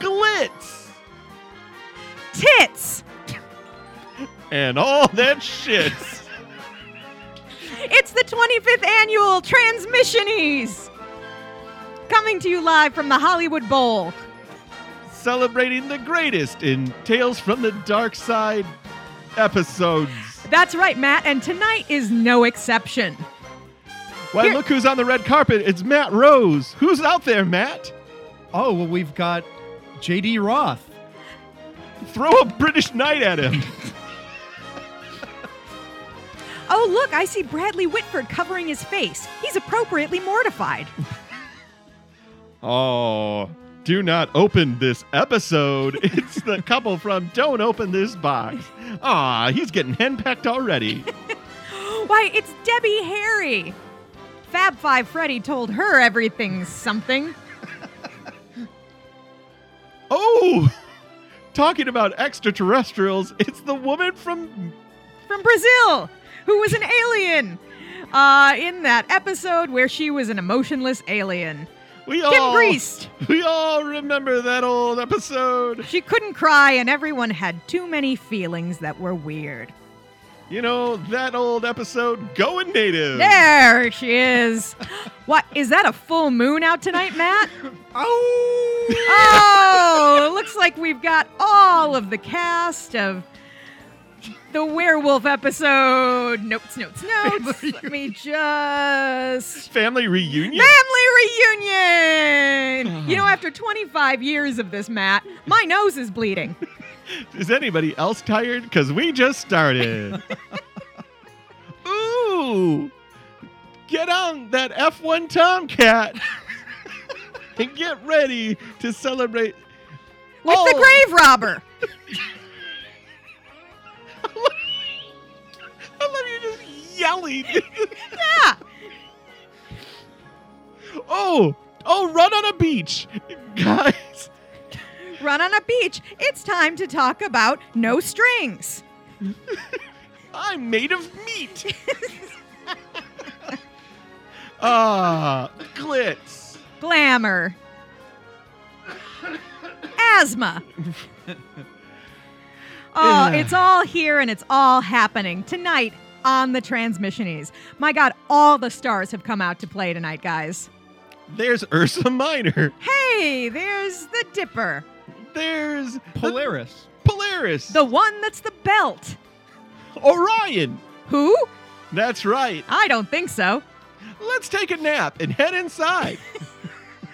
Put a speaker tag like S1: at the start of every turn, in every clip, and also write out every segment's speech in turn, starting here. S1: tits
S2: Tits.
S1: and all that shit.
S2: It's the 25th annual Transmissionies. Coming to you live from the Hollywood Bowl.
S1: Celebrating the greatest in Tales from the Dark Side episodes.
S2: That's right, Matt, and tonight is no exception.
S1: Why,
S2: Here-
S1: look who's on the red carpet. It's Matt Rose. Who's out there, Matt?
S3: Oh, well, we've got J.D. Roth.
S1: Throw a British knight at him.
S2: Oh, look, I see Bradley Whitford covering his face. He's appropriately mortified.
S1: Oh, do not open this episode. It's the couple from Don't Open This Box. Aw, he's getting henpecked already.
S2: Why, it's Debbie Harry. Fab Five Freddy told her everything's something.
S1: Oh, talking about extraterrestrials, it's the woman from.
S2: from Brazil, who was an alien uh, in that episode where she was an emotionless alien.
S1: We
S2: Kim
S1: all,
S2: Priest.
S1: We all remember that old episode.
S2: She couldn't cry, and everyone had too many feelings that were weird.
S1: You know, that old episode, Going Native.
S2: There she is. What is that? A full moon out tonight, Matt?
S3: Oh!
S2: Oh, it looks like we've got all of the cast of the werewolf episode. Notes, notes, notes. Let me just
S1: Family reunion.
S2: Family reunion! You know, after 25 years of this, Matt, my nose is bleeding.
S1: Is anybody else tired? Because we just started. Ooh! Get on that F1 Tomcat and get ready to celebrate.
S2: Like the
S1: Oh.
S2: grave robber.
S1: I love you just yelling.
S2: Yeah.
S1: oh! Oh, run on a beach! Guys,
S2: Run on a beach. It's time to talk about no strings.
S1: I'm made of meat! Ah, glitz.
S2: Glamour. Asthma.
S1: Yeah.
S2: Oh, it's all here and it's all happening tonight on the Transmissionies. My God, all the stars have come out to play tonight, guys.
S1: There's Ursa Minor.
S2: Hey, there's the Dipper.
S1: There's the
S3: Polaris.
S1: Polaris.
S2: The one that's the belt.
S1: Orion.
S2: Who?
S1: That's right.
S2: I don't think so.
S1: Let's take a nap and head inside.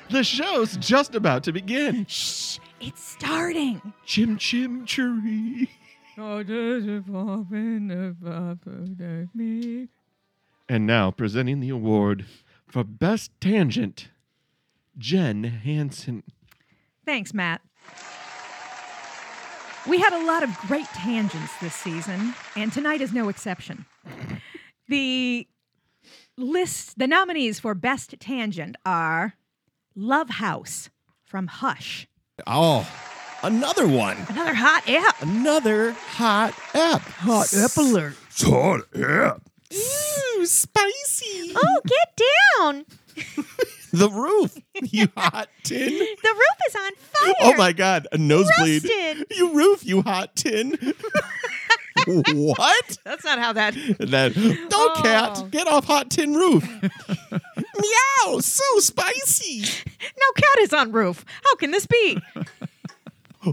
S1: the show's just about to begin.
S2: Shh, it's starting.
S1: Chim chim chiree. And now presenting the award for best tangent, Jen Hansen.
S2: Thanks, Matt. We had a lot of great tangents this season, and tonight is no exception. The list, the nominees for Best Tangent are Love House from Hush,
S4: Oh, another one.
S2: another hot app.
S4: Another hot app. Hot app alert. Hot app. Ooh, spicy.
S2: Oh, get down.
S4: The roof. You hot tin.
S2: The roof is on fire.
S4: Oh my god, a nosebleed.
S2: Roasted.
S4: You roof, you hot tin. what?
S2: That's not how that.
S4: And then, no
S2: Oh.
S4: cat, get off hot tin roof. Meow, so spicy.
S2: No cat is on roof. How can this be?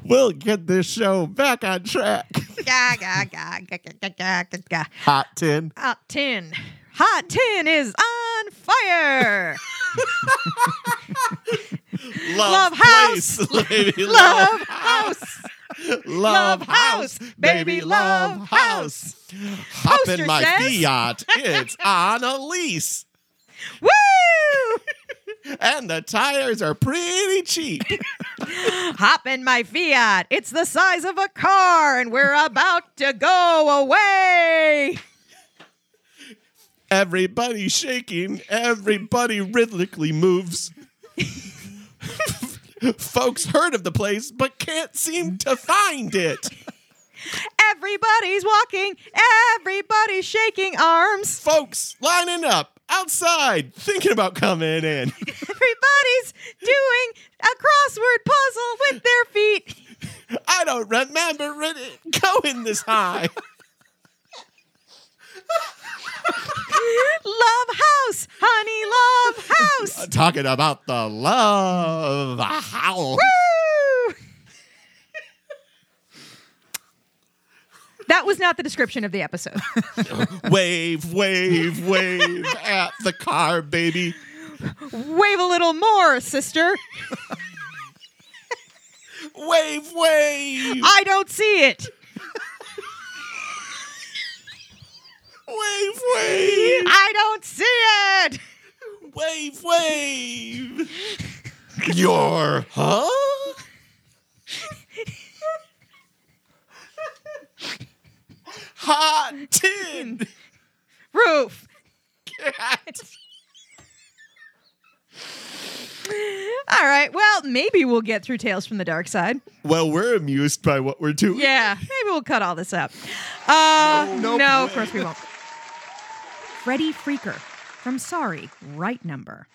S4: We'll get this show back on track.
S2: Ga, ga, ga, ga, ga, ga, ga, ga, ga.
S4: Hot tin.
S2: Hot tin. Hot tin is on fire. Love house.
S4: place, baby,
S2: Love house.
S4: Love house, baby, love
S2: love
S4: house. Hop
S2: Poster
S4: in my
S2: says-
S4: Fiat, it's on a lease.
S2: Woo!
S4: And the tires are pretty cheap.
S2: Hop in my Fiat. It's the size of a car, and we're about to go away.
S4: Everybody shaking, everybody rhythmically moves. Folks heard of the place but can't seem to find it.
S2: Everybody's walking. Everybody's shaking arms.
S4: Folks lining up outside thinking about coming in.
S2: Everybody's is doing a crossword puzzle with their feet.
S5: I don't remember it going this high.
S2: Love house, honey, love house.
S5: Uh, Talking about the love howl.
S2: Woo! That was not the description of the episode.
S5: Wave, wave, wave at the car, baby.
S2: Wave a little more, sister.
S5: Wave, wave,
S2: I don't see it.
S5: wave, wave,
S2: I don't see it.
S5: wave, wave. Your huh? Hot tin
S2: Roof.
S5: cat.
S2: All right. Well, maybe we'll get through Tales from the Dark Side.
S5: Well, we're amused by what we're doing.
S2: Yeah, maybe we'll cut all this up. Uh,
S5: No, no
S2: no, of course we won't. Freddie Freaker from Sorry, right number.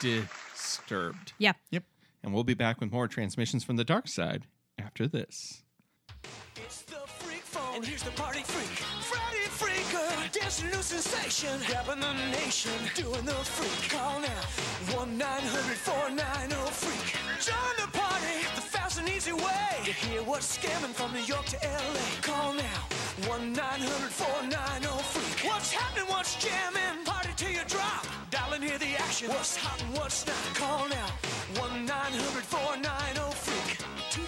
S6: Disturbed.
S2: Yep.
S1: Yep.
S6: And we'll be back with more transmissions from the dark side after this.
S7: It's the freak phone. And here's the party freak. Freddy Freaker. Dancing a new sensation. Grabbing the nation. Doing the freak. Call now. 1 900 490 freak. Join the party. The fast and easy way. To hear what's scamming from New York to LA. Call now. 1 900 490 freak. What's happening? What's jamming? Party till you drop. Dial and hear the action. What's hot and what's not? Call now. 1 900 490 freak.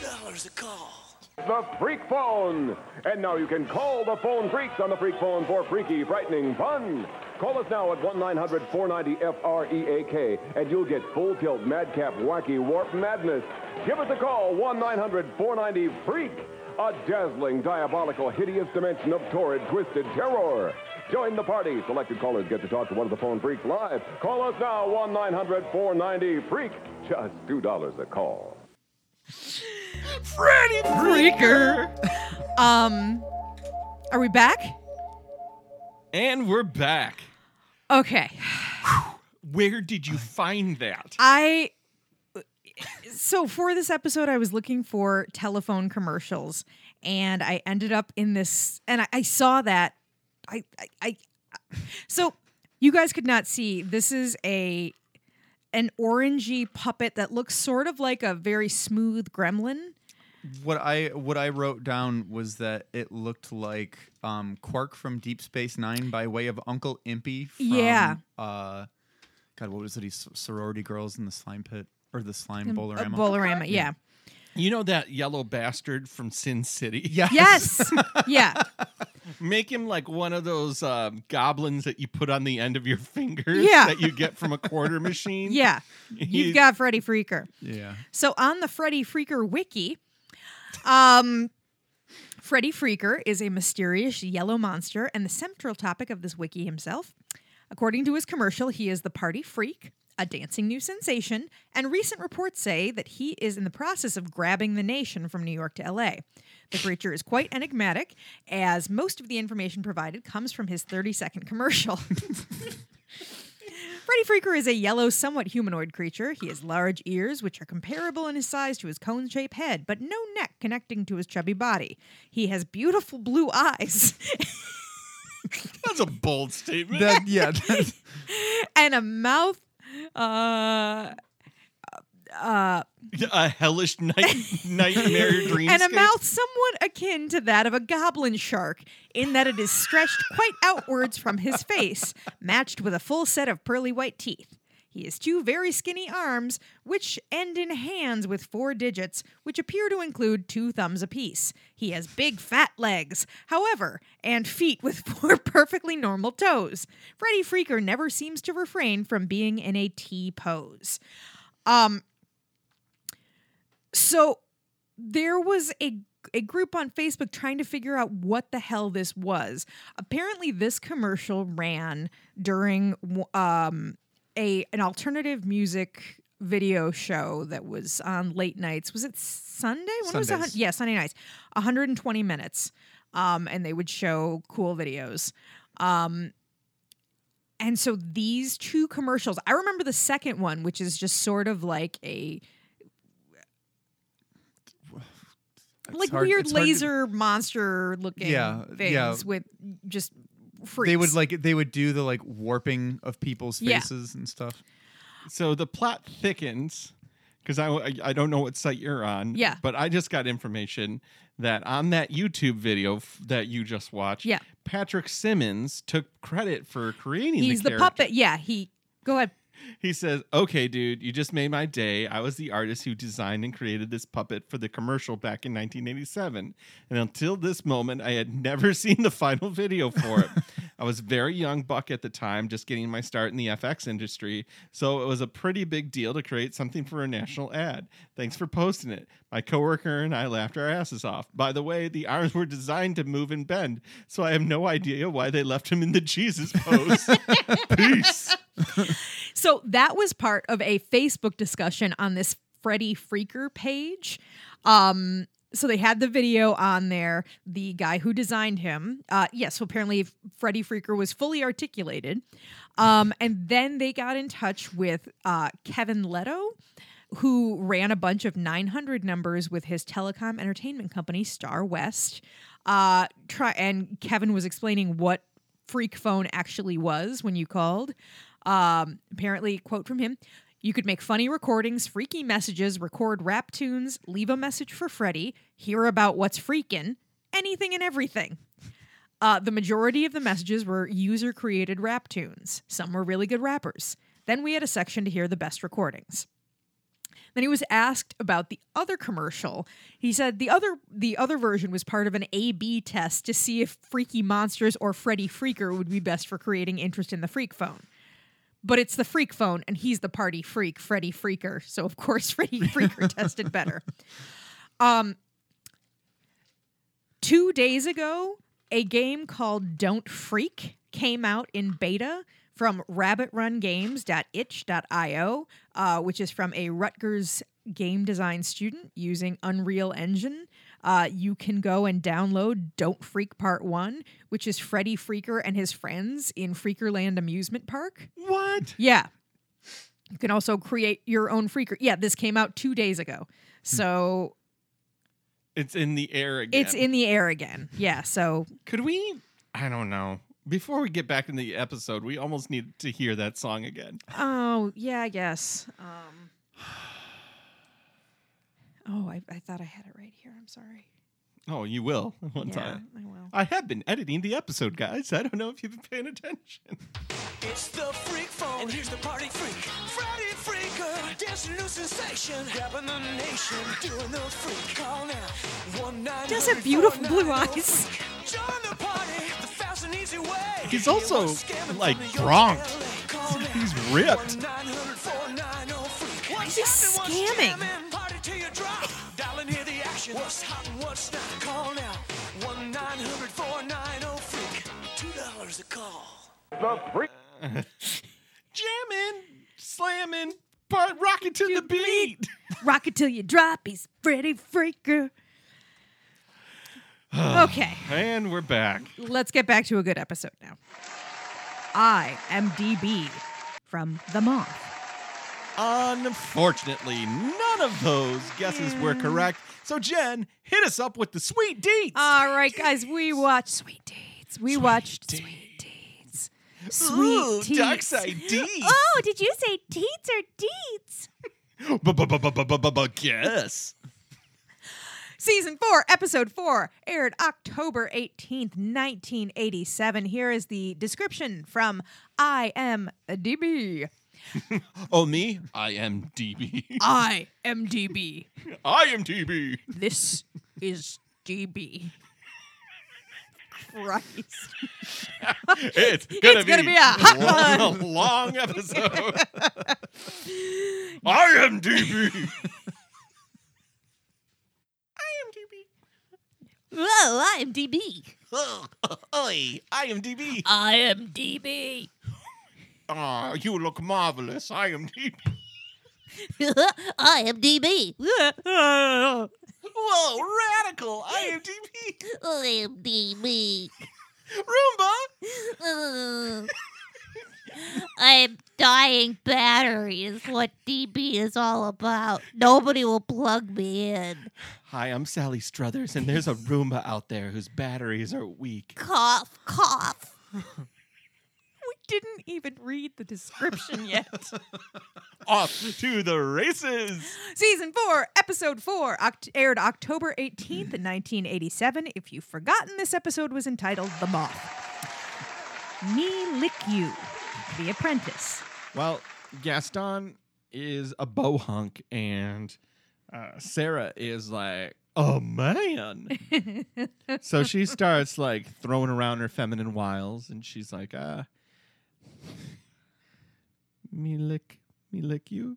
S7: $2 a call.
S8: The Freak Phone. And now you can call the phone freaks on the Freak Phone for freaky, frightening fun. Call us now at 1 900 490 FREAK E and you'll get full tilt, madcap, wacky, warp madness. Give us a call 1 900 490 Freak. A dazzling, diabolical, hideous dimension of torrid, twisted terror. Join the party. Selected callers get to talk to one of the phone freaks live. Call us now 1 900 490 Freak. Just $2 a call.
S2: Freaker. Um, are we back?
S6: And we're back.
S2: Okay.
S6: Where did you find that?
S2: I so for this episode, I was looking for telephone commercials, and I ended up in this, and I, I saw that. I, I, I, so you guys could not see. This is a an orangey puppet that looks sort of like a very smooth gremlin.
S1: What I what I wrote down was that it looked like um, Quark from Deep Space Nine by way of Uncle Impy. From,
S2: Yeah.
S1: Uh, God, what was it? He's sorority girls in the slime pit or the slime
S2: A
S1: Bolarama.
S2: Bolorama, yeah.
S6: You know that yellow bastard from Sin City?
S1: Yes.
S2: Yes. yeah.
S6: Make him like one of those um, goblins that you put on the end of your fingers
S2: Yeah.
S6: that you get from a quarter machine.
S2: Yeah. You've got Freddy Freaker.
S1: Yeah.
S2: So on the Freddy Freaker wiki, um, Freddy Freaker is a mysterious yellow monster and the central topic of this wiki himself. According to his commercial, he is the party freak, a dancing new sensation, and recent reports say that he is in the process of grabbing the nation from New York to LA. The creature is quite enigmatic, as most of the information provided comes from his 30 second commercial. Freddy Freaker is a yellow, somewhat humanoid creature. He has large ears, which are comparable in his size to his cone shaped head, but no neck connecting to his chubby body. He has beautiful blue eyes
S6: That's a bold statement.
S1: That, yeah. that-
S2: and a mouth. Uh,
S6: a hellish night- nightmare dream.
S2: and a mouth somewhat akin to that of a goblin shark, in that it is stretched quite outwards from his face, matched with a full set of pearly white teeth. He has two very skinny arms, which end in hands with four digits, which appear to include two thumbs apiece. He has big fat legs, however, and feet with four perfectly normal toes. Freddy Freaker never seems to refrain from being in a T pose. Um, so there was a a group on Facebook trying to figure out what the hell this was. Apparently, this commercial ran during um, a an alternative music video show that was on late nights. Was it Sunday? When was it?
S1: Sundays.
S2: Yeah, Sunday nights. 120 minutes, um, and they would show cool videos. Um, And so these two commercials, I remember the second one, which is just sort of like a like
S5: hard-
S2: weird
S5: it's hard to-
S2: laser monster looking
S5: Yeah,
S2: things
S5: yeah.
S2: with just freaks.
S5: They would like they would do the like warping of people's
S2: Yeah.
S5: faces and stuff.
S1: So the plot thickens because I, I I don't know what site you're on.
S2: Yeah.
S1: But I just got information that on that YouTube video f- that you just watched,
S2: Yeah.
S1: Patrick Simmons took credit for creating
S2: he's
S1: the
S2: the,
S1: character.
S2: puppet. Yeah, he go ahead.
S1: He says, "Okay, dude, you just made my day. I was the artist who designed and created this puppet for the commercial back in 1987, and until this moment, I had never seen the final video for it. I was very young buck at the time, just getting my start in the FX industry, so it was a pretty big deal to create something for a national ad. Thanks for posting it. My coworker and I laughed our asses off. By the way, the arms were designed to move and bend, so I have no idea why they left him in the Jesus pose. Peace."
S2: So that was part of a Facebook discussion on this Freddy Freaker page. Um, so they had the video on there. The guy who designed him, uh, yes. so apparently Freddy Freaker was fully articulated. Um, and then they got in touch with uh, Kevin Leto, who ran a bunch of 900 numbers with his telecom entertainment company Star West. Uh, try and Kevin was explaining what freak phone actually was when you called. Um, apparently, quote from him you could make funny recordings, freaky messages, record rap tunes, leave a message for Freddie, hear about what's freaking, anything and everything. Uh, the majority of the messages were user created rap tunes. Some were really good rappers. Then we had a section to hear the best recordings. Then he was asked about the other commercial. He said the other the other version was part of an A/B test to see if Freaky Monsters or Freddy Freaker would be best for creating interest in the Freak Phone. But it's the Freak Phone, and he's the party freak, Freddy Freaker. So of course, Freddy Freaker tested better. Um, two days ago, a game called Don't Freak came out in beta from rabbitrungames.itch.io, uh, which is from a Rutgers game design student using Unreal Engine. Uh, you can go and download Don't Freak Part 1, which is Freddy Freaker and his friends in Freakerland Amusement Park.
S1: What?
S2: Yeah. You can also create your own freaker. Yeah, this came out two days ago. So
S1: It's in the air again.
S2: it's in the air again. Yeah. So
S1: Could we? I don't know. Before we get back in the episode, we almost need to hear that song again.
S2: Oh, yeah, I guess. Um, oh, I, I thought I had it right here. I'm sorry.
S1: Oh, you will one
S2: yeah,
S1: time.
S2: I will.
S1: I have been editing the episode, guys. I don't know if you've been paying attention.
S7: It's the freak phone. And here's the party freak. Freddy Freaker. Dancing new sensation. Grabbing the nation. Doing the freak. Call now. One nine.
S2: Does have beautiful blue eyes.
S7: Join the party. The fast and easy way.
S1: He's also,
S7: You want scamming
S1: like,
S7: from New York to
S1: drunk.
S7: LA. Call now.
S1: He's ripped.
S7: 1-900-490-FREAK.
S2: is
S7: What's
S2: he
S7: happening? What's
S2: scamming?
S7: jamming? Party till you drop. Dial and hear the action. What's hot and what's not? Call now. 1-900-490-FREAK. $2 a call.
S8: The freak.
S1: Jamming, slamming, part rocking to the beat.
S2: Rock it till you drop. He's Freddy Freaker. okay,
S1: And we're back.
S2: let's get back to a good episode now. I am DB from The Moth.
S1: Unfortunately, none of those guesses were correct. So Jen, hit us up with the sweet deets.
S2: All right, guys, we watched Sweet Dates. We watched Sweet Dates. Sweet
S1: Ooh,
S2: Deets.
S1: dark side deets.
S2: Oh, did you say teats or deets?
S1: Guess.
S2: Season 4, Episode 4, aired October 18th, 1987. Here is the description from I am DB.
S1: Oh, me? I am DB.
S2: I am DB.
S1: I am DB.
S2: This is DB. Christ.
S1: It's
S2: gonna It's gonna be be a hot
S1: long, long episode. I am DB.
S2: Whoa, I am DB.
S1: Oi, I am DB.
S2: I am DB.
S1: Ah, you look marvelous. I am DB.
S9: I am DB.
S2: I
S1: Whoa, radical. I am DB.
S9: I am DB.
S1: Roomba.
S9: Uh, dying battery is what DB is all about. Nobody will plug me in.
S1: Hi, I'm Sally Struthers, and there's a Roomba out there whose batteries are weak.
S9: Cough, cough.
S2: We didn't even read the description yet.
S1: Off to the races!
S2: Season 4, Episode 4, oct- aired October 18th, 1987. If you've forgotten, this episode was entitled The Moth. Me Lick You, The Apprentice.
S1: Well, Gaston is a bohunk, and uh, Sarah is like, oh man. so she starts like throwing around her feminine wiles, and she's like, uh, me lick, me lick you.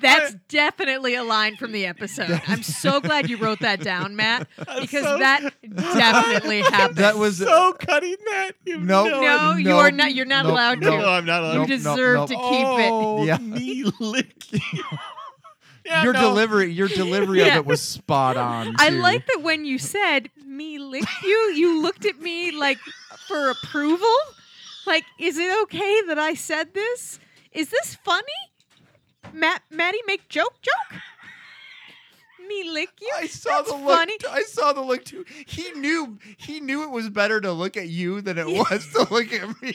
S10: That's definitely a line from the episode. I'm so glad you wrote that down, Matt, because
S1: so-
S10: that definitely happened.
S5: That was
S1: So cutting that. You
S5: Nope.
S10: no,
S1: know
S5: no,
S10: you are not. You're not
S5: no,
S10: allowed
S1: No,
S10: to.
S1: I'm not allowed.
S10: You
S5: Nope, nope,
S10: deserve
S5: nope.
S10: to keep it.
S1: oh,
S5: Yeah.
S1: me lick you. Yeah,
S5: your
S1: no.
S5: delivery. Your delivery
S10: Yeah.
S5: of it was spot on.
S10: I
S5: too.
S10: like that when you said me lick you, you looked at me like for approval. Like, is it okay that I said this? Is this funny? Matt, Maddie, make joke, joke. Me lick you.
S5: I saw
S10: That's
S5: the look.
S10: funny.
S5: I saw the look too. He knew. He knew it was better to look at you than it was to look at me.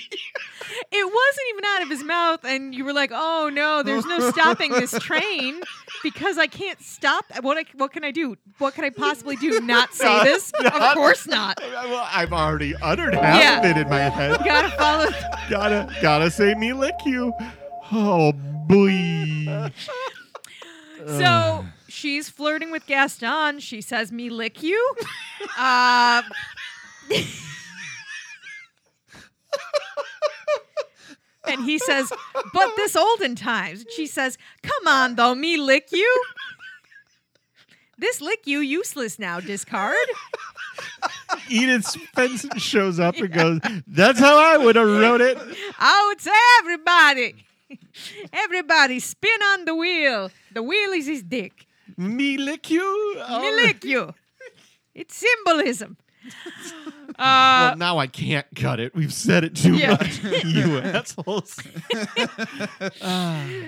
S10: It wasn't even out of his mouth, and you were like, "Oh no, there's no stopping this train because I can't stop. What? I, what can I do? What can I possibly do? Not say this? Of course not.
S1: Well, I've already uttered half
S10: Yeah.
S1: of it in my head.
S10: Gotta follow."
S1: gotta, gotta say me lick you. Oh boy.
S2: So she's flirting with Gaston. She says, Me lick you. Uh, and he says, But this olden times. And she says, Come on, though, me lick you. This lick you useless now, discard.
S1: Edith Benson shows up and goes, "That's how I would have wrote it."
S2: Oh, it's everybody. Everybody spin on the wheel. The wheel is his dick.
S1: Me lick you.
S2: Me
S1: Oh.
S2: lick you. It's symbolism.
S1: Well, now I can't cut it. We've said it too
S10: Yeah.
S1: much. you assholes.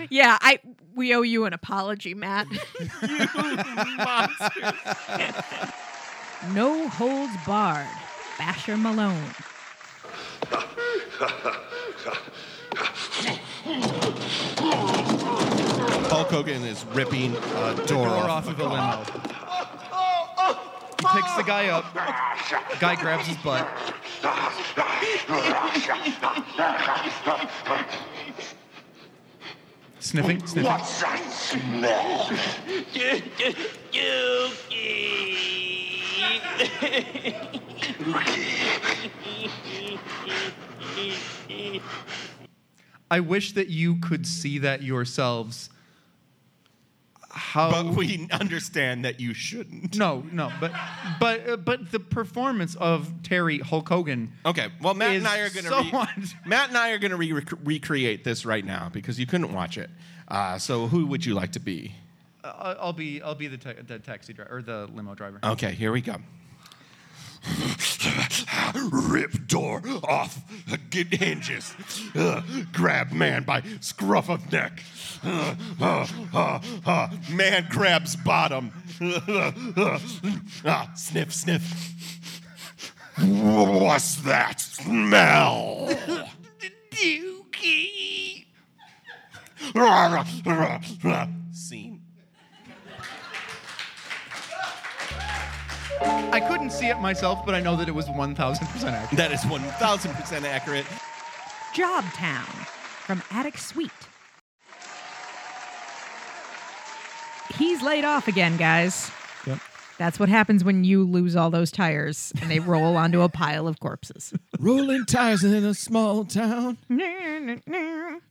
S2: Yeah, I we owe you an apology, Matt. no holds barred. Basher Malone.
S1: Hulk Hogan is ripping a door, off.
S5: of a limo. Picks the guy up. Guy grabs his butt. Sniffing, sniffing.
S11: What's that smell?
S5: I wish that you could see that yourselves. How
S1: But we understand that you shouldn't.
S5: No, no, but but uh, but the performance of Terry Hulk Hogan.
S1: Okay. Well, Matt
S5: is
S1: and I are going to
S5: so
S1: re-
S5: on-
S1: Matt and I are going to re- rec- recreate this right now because you couldn't watch it. Uh, so who would you like to be?
S5: I- uh, I'll be I'll be the, ta- the taxi driver or the limo driver.
S1: Okay, here we go.
S12: Rip door off. Get hinges. Uh, grab man by scruff of neck. Uh, uh, uh, uh, man grabs bottom. Uh, uh, uh, ah, sniff, sniff. What's that smell? Dookie.
S1: Scene.
S5: I couldn't see it myself, but I know that it was one thousand percent accurate.
S1: That is 1000% accurate.
S2: Job Town from Attic Suite. He's laid off again, guys.
S5: Yep.
S2: That's what happens when you lose all those tires and they roll onto a pile of corpses.
S1: Rolling tires in a small town.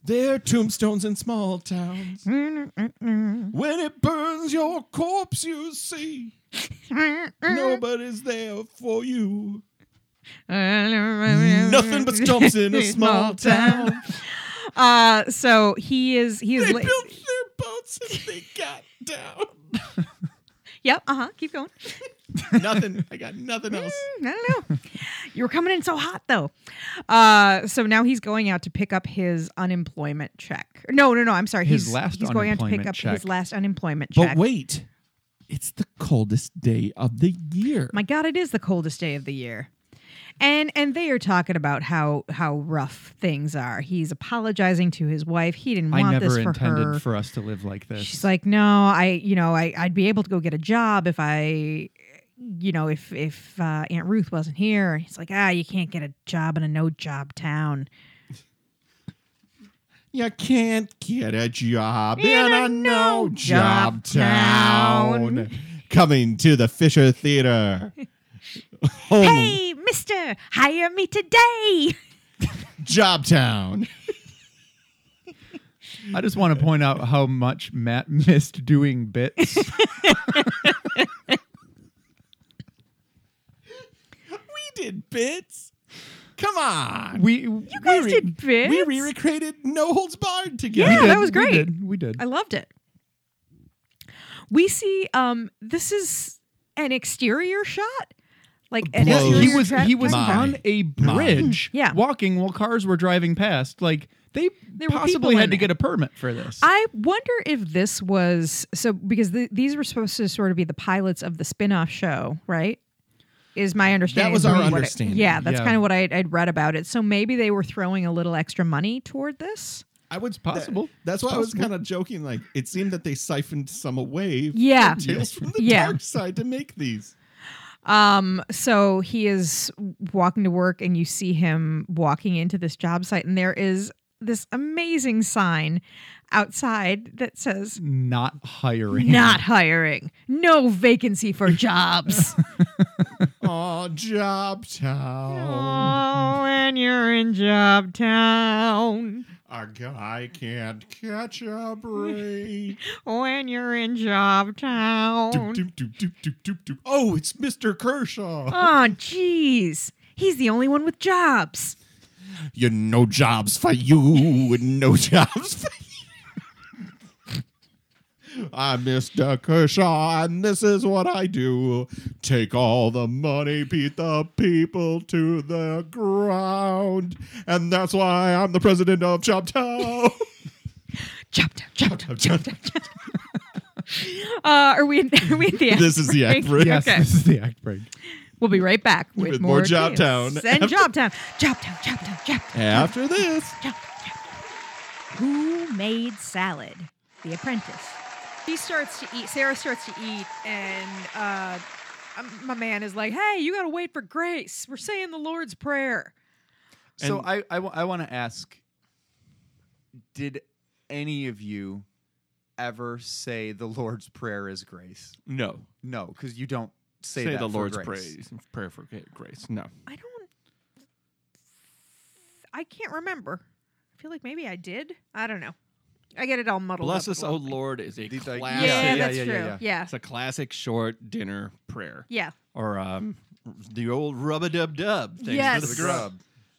S1: Their tombstones in small towns. when it burns your corpse, you see. Nobody's there for you. Nothing but stumps in a small town.
S2: Uh, so he is he is
S1: They
S2: la-
S1: built their boats and they got down.
S2: Yep. Uh huh. Keep going.
S1: nothing. I got nothing else.
S2: I don't know. You were coming in so hot, though. Uh, so now he's going out to pick up his unemployment check. No, no, no. I'm sorry.
S1: His
S2: he's,
S1: last
S2: He's going out to pick
S1: unemployment
S2: up
S1: check.
S2: his last unemployment check.
S13: But wait, it's the coldest day of the year.
S2: My God, it is the coldest day of the year. And and they are talking about how how rough things are. He's apologizing to his wife. He didn't want
S1: I never
S2: this for
S1: intended
S2: her.
S1: for us to live like this.
S2: She's like, no, I you know I I'd be able to go get a job if I you know if if uh, Aunt Ruth wasn't here. And He's like, ah, you can't get a job in a no job town.
S6: You can't get a job in,
S2: a
S6: a, no
S2: no-job
S6: job town. Coming to the Fisher Theater. Home
S2: Hey, Mister, hire me today.
S6: Job Town.
S1: I just want to point out how much Matt missed doing bits.
S6: We did bits. Come on.
S1: we you
S2: guys did bits?
S6: We re recreated No Holds Barred together.
S2: Yeah, that was great.
S1: We did. We did.
S2: I loved it. We see um this is an exterior shot. Like an
S6: Blows
S2: exterior
S1: he was
S2: tra-
S1: he was
S6: My.
S1: on a bridge,
S2: Yeah.
S1: walking while cars were driving past. Like they
S2: There were people
S1: possibly
S2: in
S1: had to
S2: there.
S1: get a permit for this.
S2: I wonder if this was so because th these were supposed to sort of be the pilots of the spin-off show, right? Is my understanding.
S6: That was
S2: from
S6: our
S2: what I-
S6: understanding.
S2: yeah, that's
S1: Yeah.
S2: kind of what I, I'd read about it. So maybe they were throwing a little extra money toward this.
S6: I was
S1: possible.
S6: that's why I was kind of joking. Like, it seemed that they siphoned some away. from
S2: Yeah.
S6: Tales from the
S2: Yeah.
S6: Dark Side to make these.
S2: Um, so he is walking to work, and you see him walking into this job site, and there is this amazing sign outside that says
S1: Not hiring.
S2: "Not hiring, no vacancy for jobs."
S6: Oh, Job Town.
S2: oh, and you're in Job Town.
S6: Our guy can't catch a break.
S2: When you're in Job
S6: Doop,
S2: Town.
S6: doop, doop, doop, doop, doop, doop. Oh, it's Mr. Kershaw.
S2: Oh, jeez. He's the only one with jobs.
S6: You no jobs for you, and no jobs for you. I'm Mr. Ah, Kershaw, and this is what I do. Take all the money, beat the people to the ground. And that's why I'm the president of Choptown.
S2: Job Town, Job Town. Uh, are we in, are we in the
S6: This is the
S2: outbreak?
S6: act break.
S1: Yes,
S2: Okay.
S1: this is the act break.
S2: We'll be right back with,
S6: With more Job
S2: tales.
S6: Town.
S2: And Job Town. Job Town, Job Town, Job Town.
S6: After this,
S2: Who made salad? The apprentice. She starts to eat. Sarah starts to eat, and uh, um, my man is like, hey, you got to wait for grace. We're saying the Lord's Prayer.
S1: So I I, w- I want to ask: Did any of you ever say the Lord's Prayer is grace?
S6: no.
S1: No, because you don't say,
S6: Say
S1: that
S6: the
S1: for
S6: Lord's
S1: grace.
S6: praise, prayer for grace. No.
S2: I don't. I can't remember. I feel like maybe I did. I don't know. I get it all muddled
S6: Bless
S2: up.
S6: us, O Lord, is a
S1: These, like,
S6: classic.
S2: Yeah,
S1: Yeah, yeah,
S2: that's
S1: yeah,
S2: true.
S1: yeah,
S2: Yeah.
S1: yeah.
S2: Yeah.
S6: It's a classic short dinner prayer. Or um, the old rub a dub dub.
S2: Yes.
S1: The
S2: Yes.
S1: grub.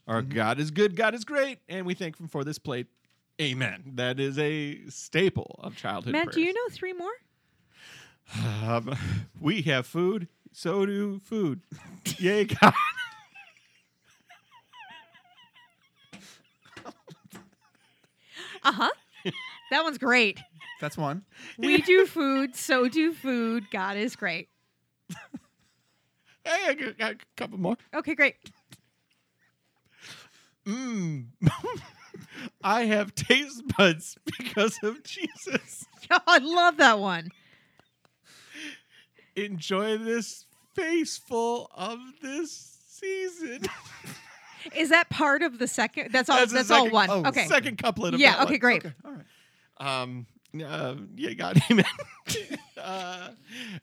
S6: Our God is good, God is great, and we thank Him for this plate. Amen. That is a staple of childhood.
S2: Matt, do you
S6: prayers.
S2: know three more?
S6: Um, we have food, so do food. Yay, God.
S2: Uh huh. that one's great.
S1: That's one.
S2: We do food, so do food. God is great.
S6: Hey, I got- got a couple more.
S2: Okay, great.
S6: Mm. I have taste buds because of Jesus.
S2: Oh, I love that one.
S6: Enjoy this face full of this season.
S2: Is that part of the second? That's all.
S6: That's
S2: That's,
S6: the
S2: all
S6: second-
S2: one.
S6: oh,
S2: okay.
S6: Second couplet. Of
S2: yeah.
S6: that
S2: Okay.
S6: one.
S2: Great.
S6: Um. Uh, yeah. God. Amen. uh,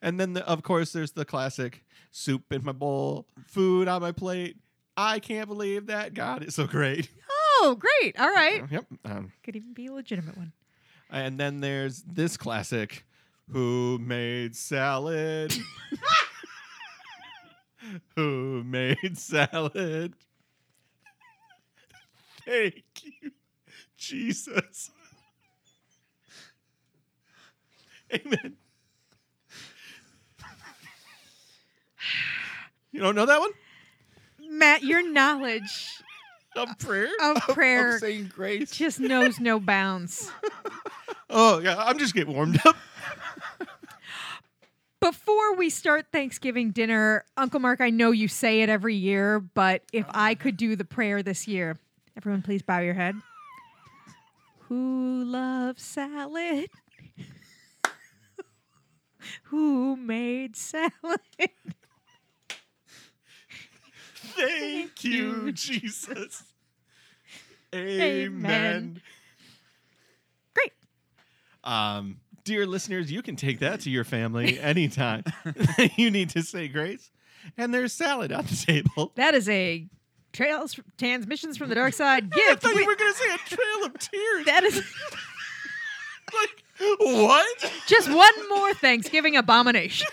S6: and then, the, of course, there's the classic soup in my bowl, food on my plate. I can't believe that God is so great.
S2: Oh, great. All right.
S6: Yep. Um,
S2: Could even be a legitimate one.
S6: and then there's this classic, who made salad? who made salad? Thank you, Jesus. Amen. You don't know that one?
S2: Matt, your knowledge
S6: Of prayer?
S2: of prayer
S5: I'm saying grace.
S2: just knows no bounds.
S6: Oh, yeah. I'm just getting warmed up.
S2: Before we start Thanksgiving dinner, Uncle Mark, I know you say it every year, but if
S6: Oh,
S2: I could do the prayer this year, everyone please bow your head. Who loves salad? Who made salad?
S6: Thank you, Jesus. Amen.
S2: Amen. Great.
S6: Um, dear listeners, you can take that to your family anytime you need to say grace. And there's salad on the table.
S2: That is a Trails Transmissions from the Dark Side
S6: I
S2: gift.
S6: thought
S2: We-
S6: you were going to say a trail of tears.
S2: that is
S6: like, what?
S2: just one more Thanksgiving abomination.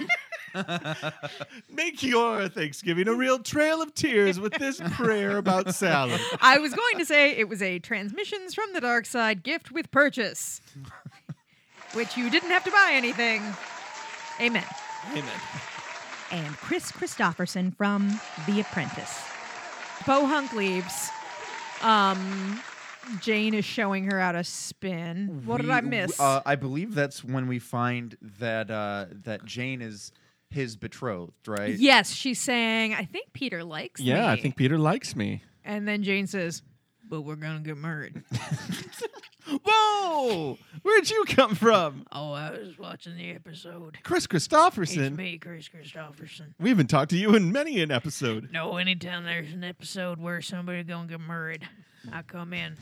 S6: Make your Thanksgiving a real trail of tears with this prayer about salad.
S2: I was going to say it was a Transmissions from the Dark Side gift with purchase, which you didn't have to buy anything. Amen.
S6: Amen.
S14: And Chris Christopherson from The Apprentice.
S2: Bohunk leaves. Um, Jane is showing her how to spin. What did
S5: We-
S2: I
S5: w-
S2: miss?
S5: Uh, I believe that's when we find that uh, that Jane is his betrothed, right?
S2: yes, she's saying, I think Peter likes
S6: Yeah, I
S2: me."
S6: think Peter likes me.
S2: And then Jane says, but we're gonna get married.
S6: Whoa! Where'd you come from?
S2: oh, I was watching the episode.
S6: Chris Christopherson.
S2: me, Chris Christopherson.
S6: We haven't talked to you in many an episode.
S2: No, anytime there's an episode where somebody gonna get married, I come in.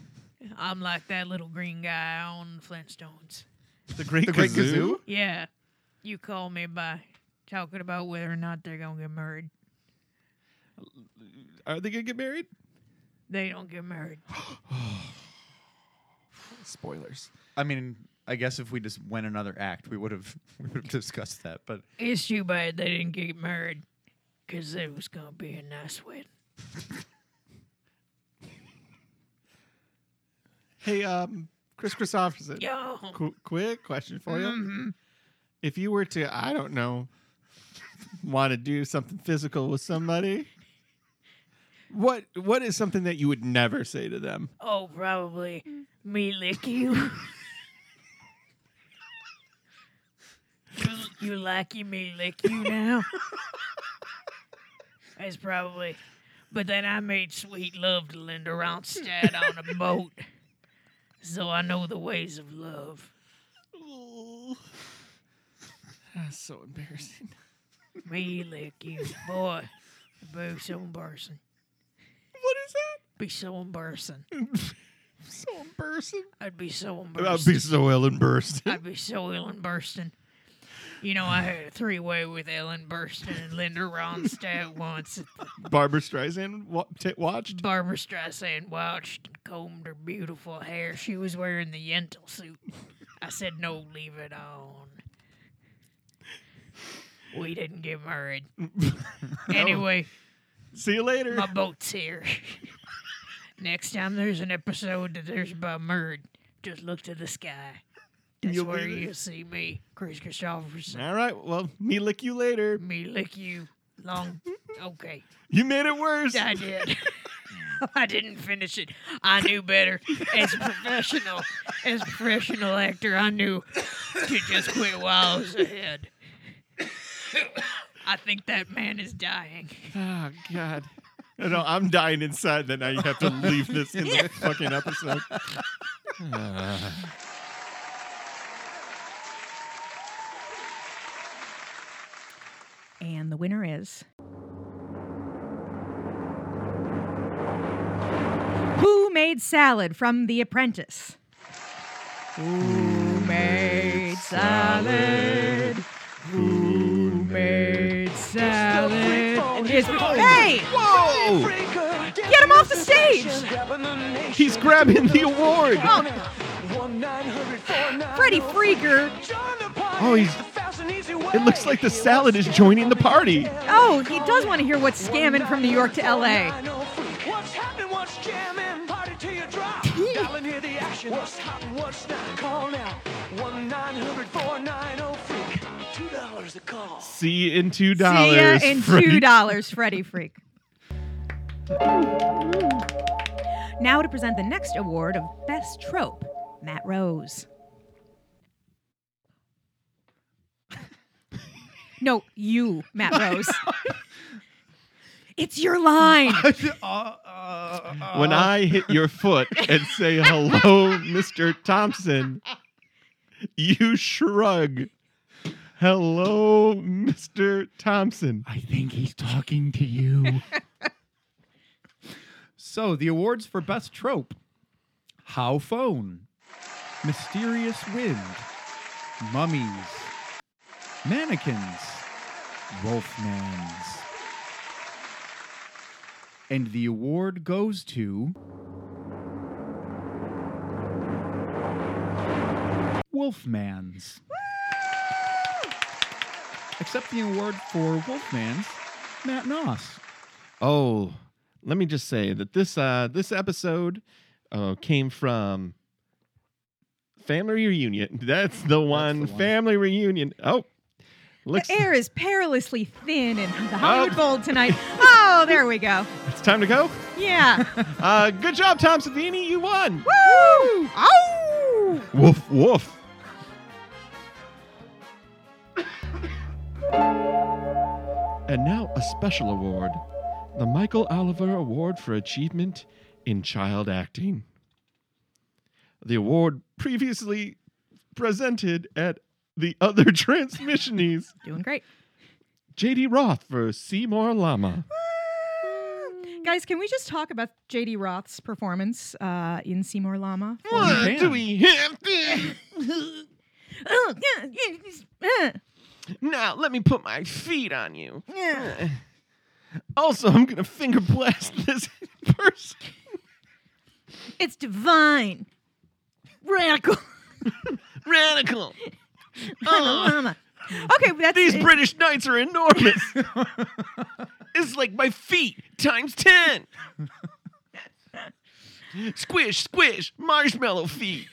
S2: I'm like that little green guy on Flintstones.
S6: The Great,
S5: The Great Kazoo.
S2: Yeah, you call me by talking about whether or not they're gonna get married.
S6: Are they going to get married?
S2: They don't get married.
S6: Spoilers.
S5: I mean, I guess if we just went another act, we would have we would have discussed that. But
S2: It's too bad they didn't get married, cause it was gonna be a nice wedding.
S6: Hey, um, Chris Christopherson.
S2: Yo,
S6: Qu- quick question for you. If you were to, I don't know, want to do something physical with somebody, what what is something that you would never say to them?
S2: oh, probably me lick you. You- you liking me lick you now? That's probably. But then I made sweet love to Linda Ronstadt on a boat, so I know the ways of love.
S6: That's so embarrassing.
S2: Me lick you, boy. Be so embarrassing.
S6: What is that?
S2: Be so embarrassing.
S6: So embarrassing.
S2: I'd be so
S6: I'd
S2: embarrassed.
S6: be so ill and burst.
S2: I'd be so Ellen Burstyn. You know, I had a three way with Ellen Burstyn and Linda Ronstadt once.
S6: Barbara Streisand wa- t- watched.
S2: Barbara Streisand watched and combed her beautiful hair. She was wearing the Yentl suit. I said, no, leave it on. We didn't get married. Anyway,
S6: See you later.
S2: my boat's here. Next time there's an episode that there's about married, just look to the sky. That's
S6: You'll be
S2: where
S6: there.
S2: you'll see me, Chris Christopherson.
S6: All right. Well, me lick you later.
S2: me lick you long. Okay,
S6: You made it worse.
S2: I did. I didn't finish it. I knew better. As a professional, as a professional actor, I knew to just quit while I was ahead. I think that man is dying.
S6: Oh God. No, no, I'm dying inside. That now you have to leave this in the fucking episode.
S14: And the winner is. Who made salad from The Apprentice? Who made salad? Who made salad? And here's hey!
S6: Whoa!
S14: Get him off the stage!
S6: He's grabbing the award.
S14: Freddy Freaker!
S6: Oh, he's- It looks like the salad is joining the party.
S14: Oh, he does want to hear what's scamming from New York to LA.
S7: What's happening? What's jamming? Party till you drop. Dial and hear the action. What's hot and what's not? Call now. 1 900 490 freak. $2 a call.
S6: See you in two
S14: See ya
S6: dollars.
S14: in two dollars, Freddy Freak.
S2: Now to present the next award of Best Trope, Matt Rose. No, you, Matt Rose. it's your line.
S6: when I hit your foot and say hello, Mr. Thompson, you shrug. Hello, Mr. Thompson.
S15: I think he's talking to you.
S5: So the awards for best trope: How Phone, Mysterious Wind, Mummies, Mannequins, Wolfmans. And the award goes to Wolfmans. Accept the award for Wolfmans, Matt Noss.
S6: Oh, let me just say that this uh, this episode uh, came from family reunion. That's the one.
S5: one.
S6: Family reunion. Oh, looks.
S2: The air is perilously thin in the Hollywood Bowl tonight. Oh, there we go.
S6: It's time to go.
S2: Yeah.
S6: Uh, good job, Tom Savini. You won.
S2: Woo! Ow!
S6: Woof woof. and now a special award, the Michael Oliver Award for Achievement in Child Acting. The award previously presented at the other transmissionies,
S2: Doing great.
S6: J.D. Roth for Seymour Llama.
S2: Guys, can we just talk about J.D. Roth's performance uh, in Seymour Llama?
S6: What do we have to?
S2: Oh, yeah, yeah, just, uh,
S6: Now let me put my feet on you.
S2: yeah.
S6: Also, I'm gonna finger blast this person.
S2: It's divine. Radical.
S6: Uh-huh. Radical.
S2: Llama. Okay, that's
S6: These
S2: it.
S6: British knights are enormous. it's like my feet times ten. Squish, squish, marshmallow feet.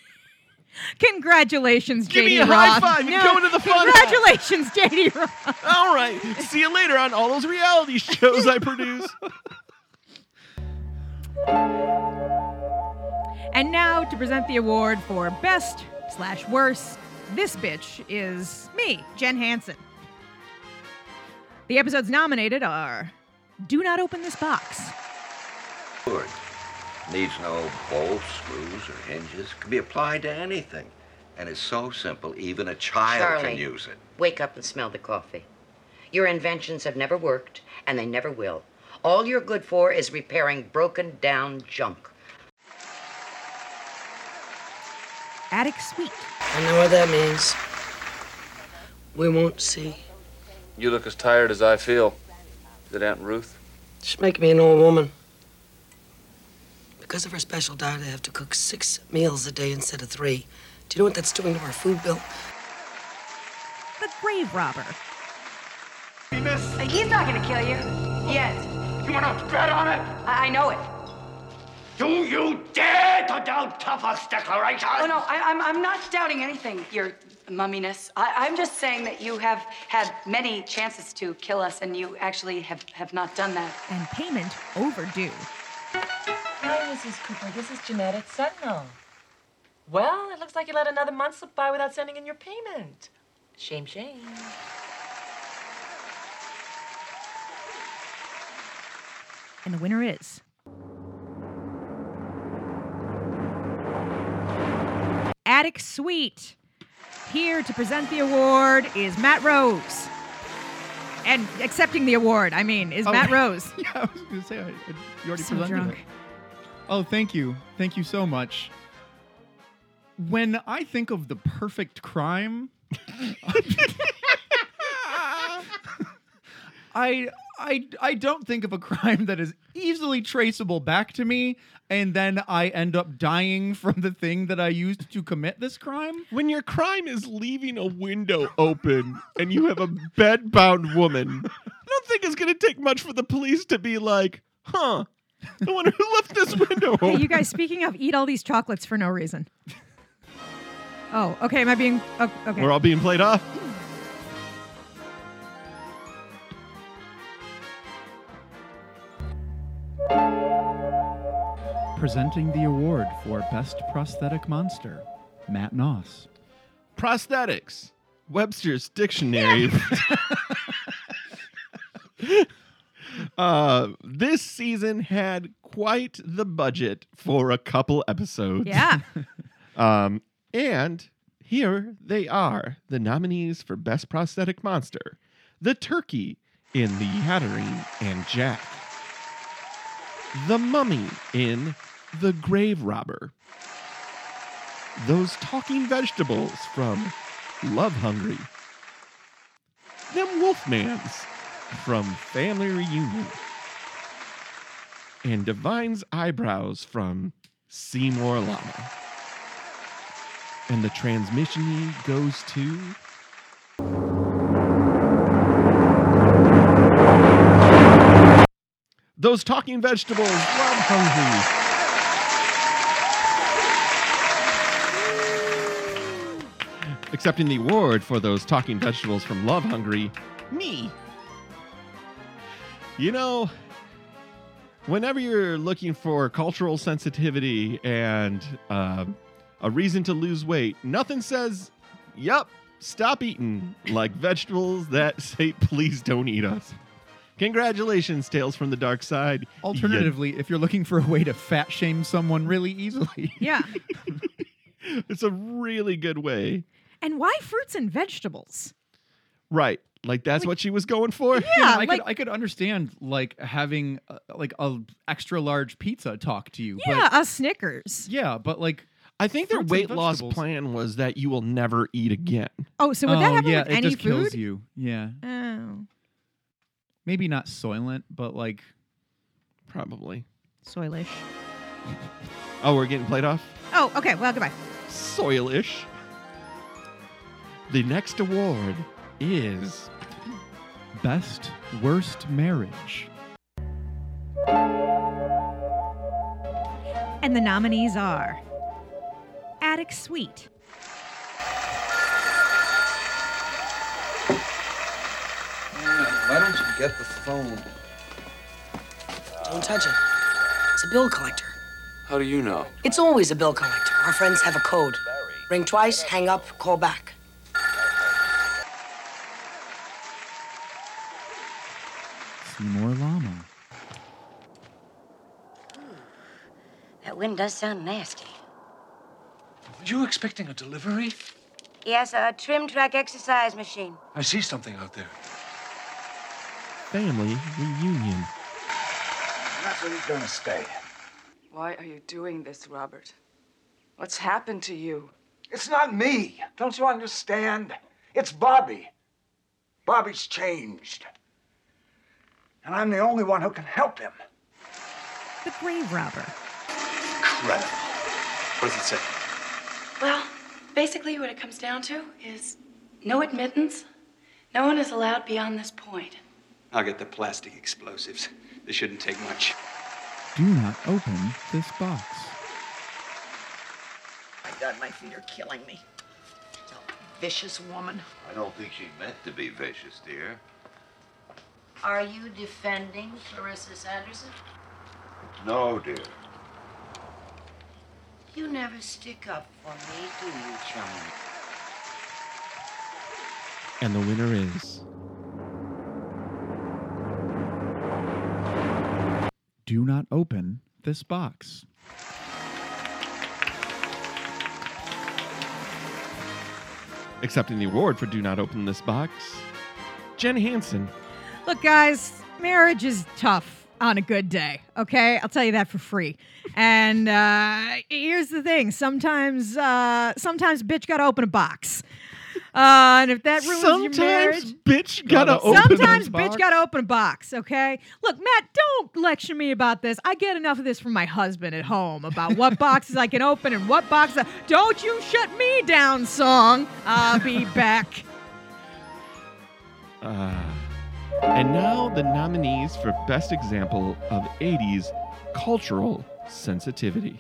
S2: Congratulations,
S6: Give
S2: JD
S6: me a high
S2: Roth.
S6: five and go to the fun
S2: Congratulations, JD Roth.
S6: All right, see you later on all those reality shows I produce.
S2: And now to present the award for best slash worst, this bitch is me, Jen Hansen. The episodes nominated are Do Not Open This Box,
S11: Needs no bolts, screws, or hinges. Can be applied to anything. And it's so simple, even a child
S16: Charlie.
S11: can use it.
S16: Wake up and smell the coffee. Your inventions have never worked, and they never will. All you're good for is repairing broken down junk.
S2: Attic Suite,
S7: I know what that means. We won't see.
S17: You look as tired as I feel. Is it Aunt Ruth?
S7: She's making me an old woman. Because of her special diet, I have to cook six meals a day instead of three. Do you know what that's doing to our food bill?
S2: The Grave Robber,
S18: He's not gonna kill you. Yet. You wanna bet on it? I, I know it.
S19: Do you dare to doubt Tuffo's declaration?
S18: Oh no, I, I'm I'm not doubting anything. Your mumminess. I, I'm just saying that you have had many chances to kill us, and you actually have have not done that.
S2: and Payment Overdue.
S20: Hi, Mrs. Cooper. This is Jeanette at Sentinel. Well, it looks like you let another month slip by without sending in your payment. Shame, shame.
S2: And the winner is Attic Suite. Here to present the award is Matt Rose. And accepting the award, I mean, is
S5: Oh.
S2: Matt Rose.
S5: yeah, I was going to say, I, I, you already
S2: So
S5: presented
S2: drunk.
S5: it. Oh, thank you. Thank you so much. When I think of the perfect crime, I, I, I don't think of a crime that is easily traceable back to me, and then I end up dying from the thing that I used to commit this crime.
S6: When your crime is leaving a window open and you have a bedbound woman, I don't think it's going to take much for the police to be like, huh, I wonder who left this window
S2: Hey,
S6: open.
S2: you guys, speaking of, eat all these chocolates for no reason. Oh, okay. Am I being. Oh, okay.
S6: We're all being played off.
S5: Presenting the award for Best Prosthetic Monster, Matt Noss.
S6: Prosthetics. Webster's Dictionary. uh, this season had quite the budget for a couple episodes.
S2: Yeah.
S6: um, and here they are the nominees for Best Prosthetic Monster The Turkey in The Hatterene and Jack, The Mummy in The Grave Robber, Those Talking Vegetables from Love Hungry, Them Wolfmans from Family Reunion, and Divine's Eyebrows from Seymour Llama. And the transmission goes to. Those talking vegetables, love hungry. Accepting the award for those talking vegetables from Love Hungry, me. You know, whenever you're looking for cultural sensitivity and uh, a reason to lose weight, nothing says, "Yup, stop eating," like vegetables that say, "Please don't eat us." Congratulations, Tales from the Dark Side. You-
S5: Alternatively, if you're looking for a way to fat shame someone really easily,
S2: Yeah.
S6: it's a really good way.
S2: and why fruits and vegetables?
S6: Right. Like that's what she was going for.
S5: You know, I
S2: like-
S5: could I could understand like having uh, like a extra large pizza talk to you.
S2: Yeah, a Snickers.
S5: But, yeah, but like
S6: I think their
S5: fruits and
S6: weight loss
S5: vegetables-
S6: plan was that you will never eat again.
S2: Oh, so would that
S5: Oh,
S2: happen
S5: yeah,
S2: with
S5: it
S2: any
S5: just
S2: food?
S5: kills you. Yeah,
S2: Oh,
S5: maybe not soylent, but like
S6: probably.
S2: soilish.
S6: Oh, we're getting played off?
S2: Oh, okay. Well, goodbye.
S6: Soilish. The next award is
S5: Best worst marriage.
S2: And the nominees are Attic Sweet,
S11: Why don't you get the phone?
S7: Don't touch it. It's a bill collector.
S21: How do you know?
S7: It's always a bill collector. Our friends have a code. Ring twice, hang up, call back.
S5: Seymour Llama.
S9: That wind does sound nasty.
S21: Were you expecting a delivery?
S9: Yes, a trim track exercise machine.
S21: I see something out there.
S6: Family Reunion.
S22: That's where he's gonna stay.
S23: Why are you doing this, Robert? What's happened to you?
S22: It's not me. Don't you understand? It's Bobby. Bobby's changed. And I'm the only one who can help him.
S2: The Grave Robber.
S22: Incredible. What does it say?
S24: Well, basically, what it comes down to is no admittance. No one is allowed beyond this point.
S25: I'll get the plastic explosives. They shouldn't take much.
S5: Do not open this box.
S7: My God, my feet are killing me. Vicious woman.
S11: I don't think she meant to be vicious, dear.
S26: Are you defending Clarissa Sanderson?
S11: No, dear.
S26: You never stick up for me, do you, Charlie?
S6: And the winner is
S5: Do not open this box.
S6: accepting the award for Do Not Open This Box. Jen Hansen.
S2: Look, guys, marriage is tough on a good day, okay? I'll tell you that for free. And uh, here's the thing sometimes, uh, sometimes bitch gotta open a box. Uh, and if that ruins
S6: Sometimes
S2: your marriage,
S6: bitch gotta open a
S2: Sometimes
S6: box.
S2: bitch gotta open a box, okay? Look, Matt, don't lecture me about this. I get enough of this from my husband at home about what boxes I can open and what boxes. I- don't you shut me down, song. I'll be back.
S6: Uh, and now the nominees for Best Example of 80s Cultural Sensitivity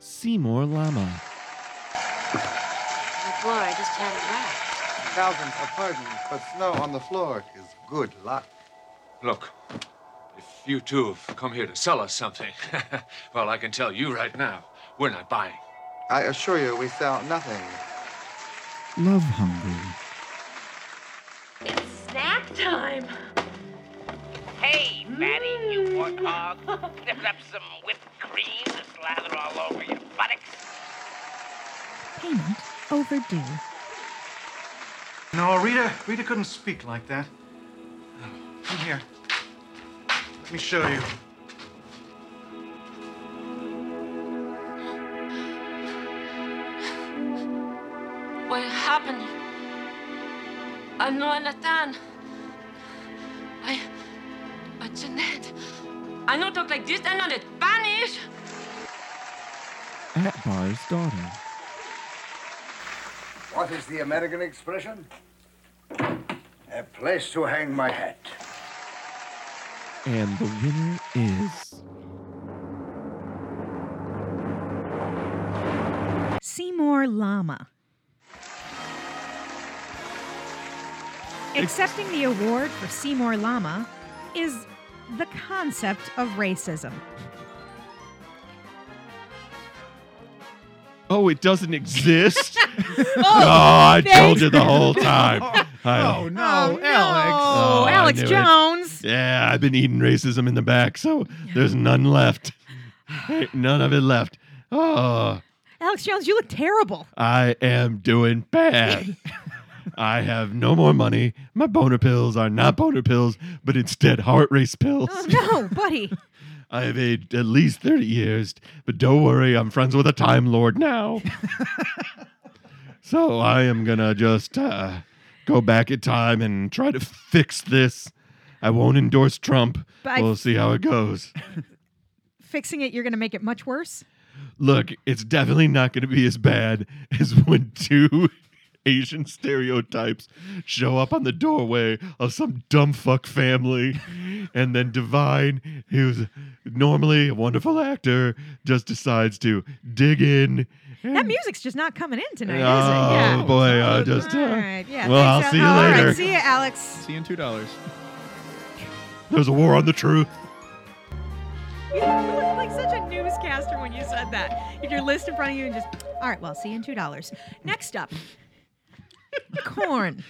S6: Seymour Llama,
S9: The floor I just had it waxed.
S27: Thousands of pardons, but snow on the floor is good luck.
S21: Look, if
S28: You two have come here to sell us something. well, I can tell you right now, we're not buying.
S29: I assure you, we found nothing.
S13: Love hungry.
S30: Snack time.
S31: Hey, Maddie, you warthog. Lift up some whipped cream to slather all over your buttocks.
S2: Payment overdue.
S32: No, Rita, Rita couldn't speak like that. Come here. Let me show you.
S30: What happened? I'm not Nathan. I. I Jeanette. I don't talk like this. I'm not Spanish.
S13: Akbar's daughter.
S33: What is the American expression? A place to hang my hat.
S13: And the winner is.
S2: Seymour Llama. Accepting the award for Seymour Llama is the concept of racism.
S6: Oh, it doesn't exist?
S2: Oh,
S6: I
S2: thanks.
S6: told you the whole time. I-
S1: Oh, no, Alex.
S6: Oh, I
S2: Alex
S6: knew it.
S2: Jones.
S6: Yeah, I've been eating racism in the back, so there's none left. Ain't none of it left. Oh,
S2: Alex Jones, you look terrible.
S6: I am doing bad. I have no more money. My boner pills are not boner pills, but instead heart race pills.
S2: Oh, no, buddy.
S6: I have aged at least 30 years, but don't worry, I'm friends with a Time Lord now. so I am going to just uh, go back in time and try to fix this. I won't endorse Trump.
S2: But I-
S6: we'll see how it goes.
S2: Fixing it, you're going to make it much worse.
S6: Look, it's definitely not going to be as bad as when two Asian stereotypes show up on the doorway of some dumb fuck family. And then Divine, who's normally a wonderful actor, just decides to dig in.
S2: That music's just not coming in tonight,
S6: oh,
S2: is it? Hmm. Yeah.
S6: boy. I just. uh,
S2: All right. Yeah.
S6: well, I'll
S2: thanks,
S6: see you
S2: Al- all right,
S6: later.
S2: See you, Alex.
S1: See you in two dollars.
S6: There's a war on the truth.
S2: You look like such a newscaster when you said that. If your list in front of you and just, all right, well, see you in two dollars. Next up, corn.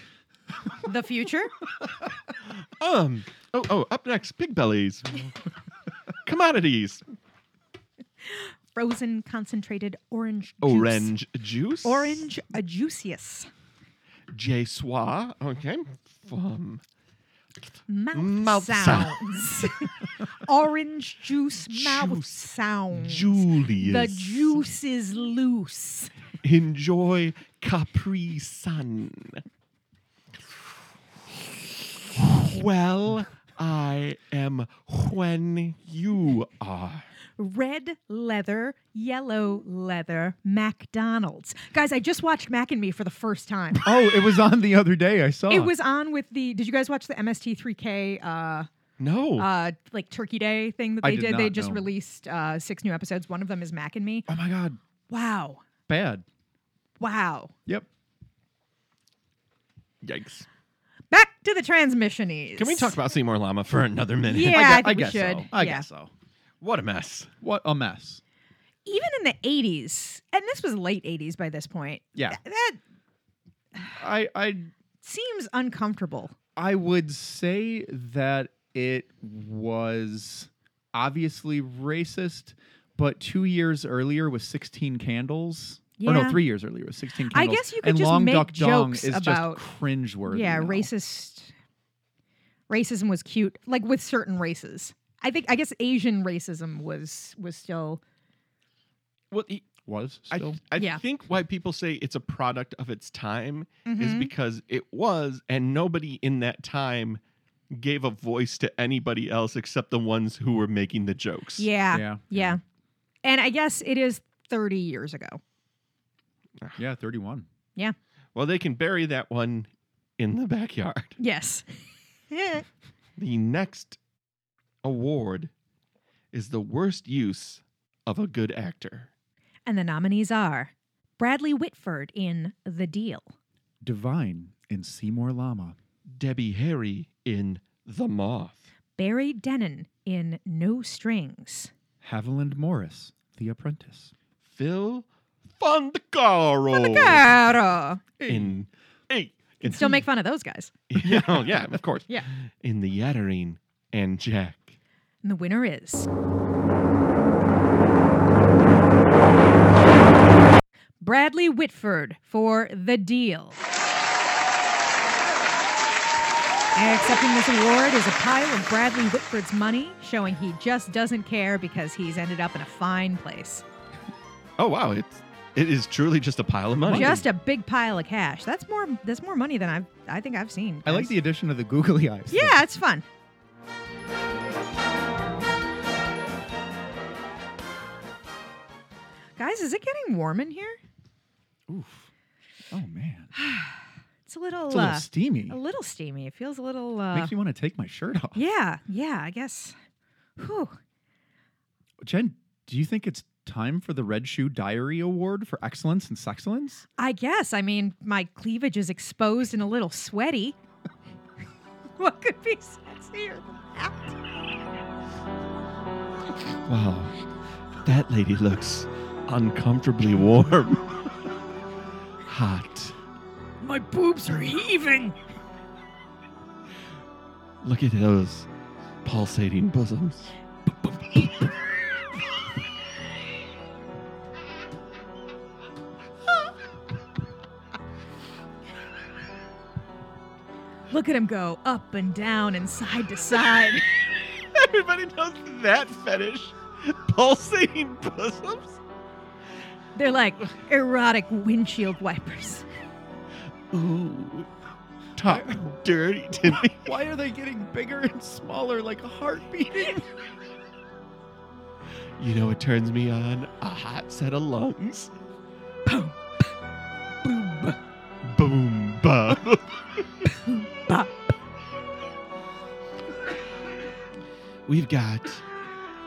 S2: The future.
S6: Um. Oh, oh, up next, Big Bellies. Commodities.
S2: Frozen concentrated orange juice.
S6: Orange juice.
S2: Orange juicius.
S6: J. Soir. Okay. From
S2: Mouth,
S6: Mouth
S2: sounds. orange juice, mouth sounds. Mm. The
S6: Julius.
S2: juice is loose.
S6: Enjoy Capri Sun. Well, I am when you are.
S2: Red leather, yellow leather, McDonald's. Guys, I just watched Mac and Me for the first time.
S1: Oh, it was on the other day. I saw
S2: It was on with the. Did you guys watch the MST3K? Uh,
S6: No.
S2: Uh, like Turkey Day thing that
S1: I
S2: they
S1: did
S2: did. They
S1: not
S2: just
S1: know.
S2: released uh, six new episodes. One of them is Mac and Me.
S6: Oh my god!
S2: Wow!
S1: bad.
S2: Wow!
S1: Yep.
S6: Yikes.
S2: Back to the transmissionies.
S6: Can we talk about Seymour Llama for another minute?
S2: Yeah, I gue- I think I we guess should.
S1: I
S2: Yeah.
S1: guess so.
S6: What a mess.
S1: What a mess.
S2: Even in the '80s, and this was late '80s by this point.
S1: Yeah.
S2: That
S1: I I
S2: seems uncomfortable.
S1: I would say that it was obviously racist, but two years earlier was 16 Candles. Or
S2: Yeah.
S1: no, three years earlier was 16
S2: I
S1: Candles.
S2: guess you could
S1: and
S2: just
S1: Long
S2: make
S1: Duck Dong
S2: jokes
S1: is
S2: about-
S1: just cringeworthy.
S2: yeah,
S1: now.
S2: racist. Racism was cute, like with certain races. I think I guess Asian racism was was still
S6: Well, e-
S1: was
S6: I,
S1: still.
S6: I
S2: Yeah.
S6: think why people say it's a product of its time is
S2: Mhm.
S6: because it was, and nobody in that time gave a voice to anybody else except the ones who were making the jokes.
S2: yeah, yeah, And I guess it is thirty years ago.
S1: yeah, 31.
S2: Yeah.
S6: Well, they can bury that one in the backyard.
S2: Yes.
S6: The next award is the worst use of a good actor.
S2: and the nominees are Bradley Whitford in The Deal,
S1: Divine in Seymour Llama.
S6: Debbie Harry in The Moth.
S2: Barry Denon in No Strings.
S5: Haviland Morris, The Apprentice.
S6: Phil Fondacaro.
S2: Fondacaro.
S6: In hey,
S2: Can still make fun of those guys.
S6: yeah, oh, yeah, of course.
S2: Yeah.
S6: In the Yattering and Jack.
S2: And the winner is Bradley Whitford for The Deal. Accepting this award is a pile of Bradley Whitford's money, showing he just doesn't care because he's ended up in a fine place.
S6: Oh wow, it's it is truly just a pile of money.
S2: Just a big pile of cash. That's more. That's more money than I've. I think I've seen.
S5: I like
S2: guys.
S5: the addition of the googly eyes.
S2: Yeah, it's fun. Guys, is it getting warm in here?
S5: Oof. Oh man.
S2: It's a little.
S5: It's a little
S2: uh,
S5: steamy.
S2: A little steamy. It feels a little. Uh,
S5: Makes me want to take my shirt off.
S2: yeah, yeah. I guess. Whew.
S5: Jen, do you think it's time for the Red Shoe Diary Award for excellence and sexcellence?
S2: I guess. I mean, my cleavage is exposed and a little sweaty. what could be sexier than that?
S6: Wow, that lady looks uncomfortably warm. Hot.
S7: My boobs are heaving.
S6: Look at those pulsating bosoms.
S2: Look at him go up and down and side to side.
S6: Everybody knows that fetish. Pulsating bosoms.
S2: They're like erotic windshield wipers.
S6: Ooh. Talk dirty to me.
S5: Why are they getting bigger and smaller like a heart beating?
S6: You know what turns me on? A hot set of lungs. Boom. Boom. Boom. Boom. We've got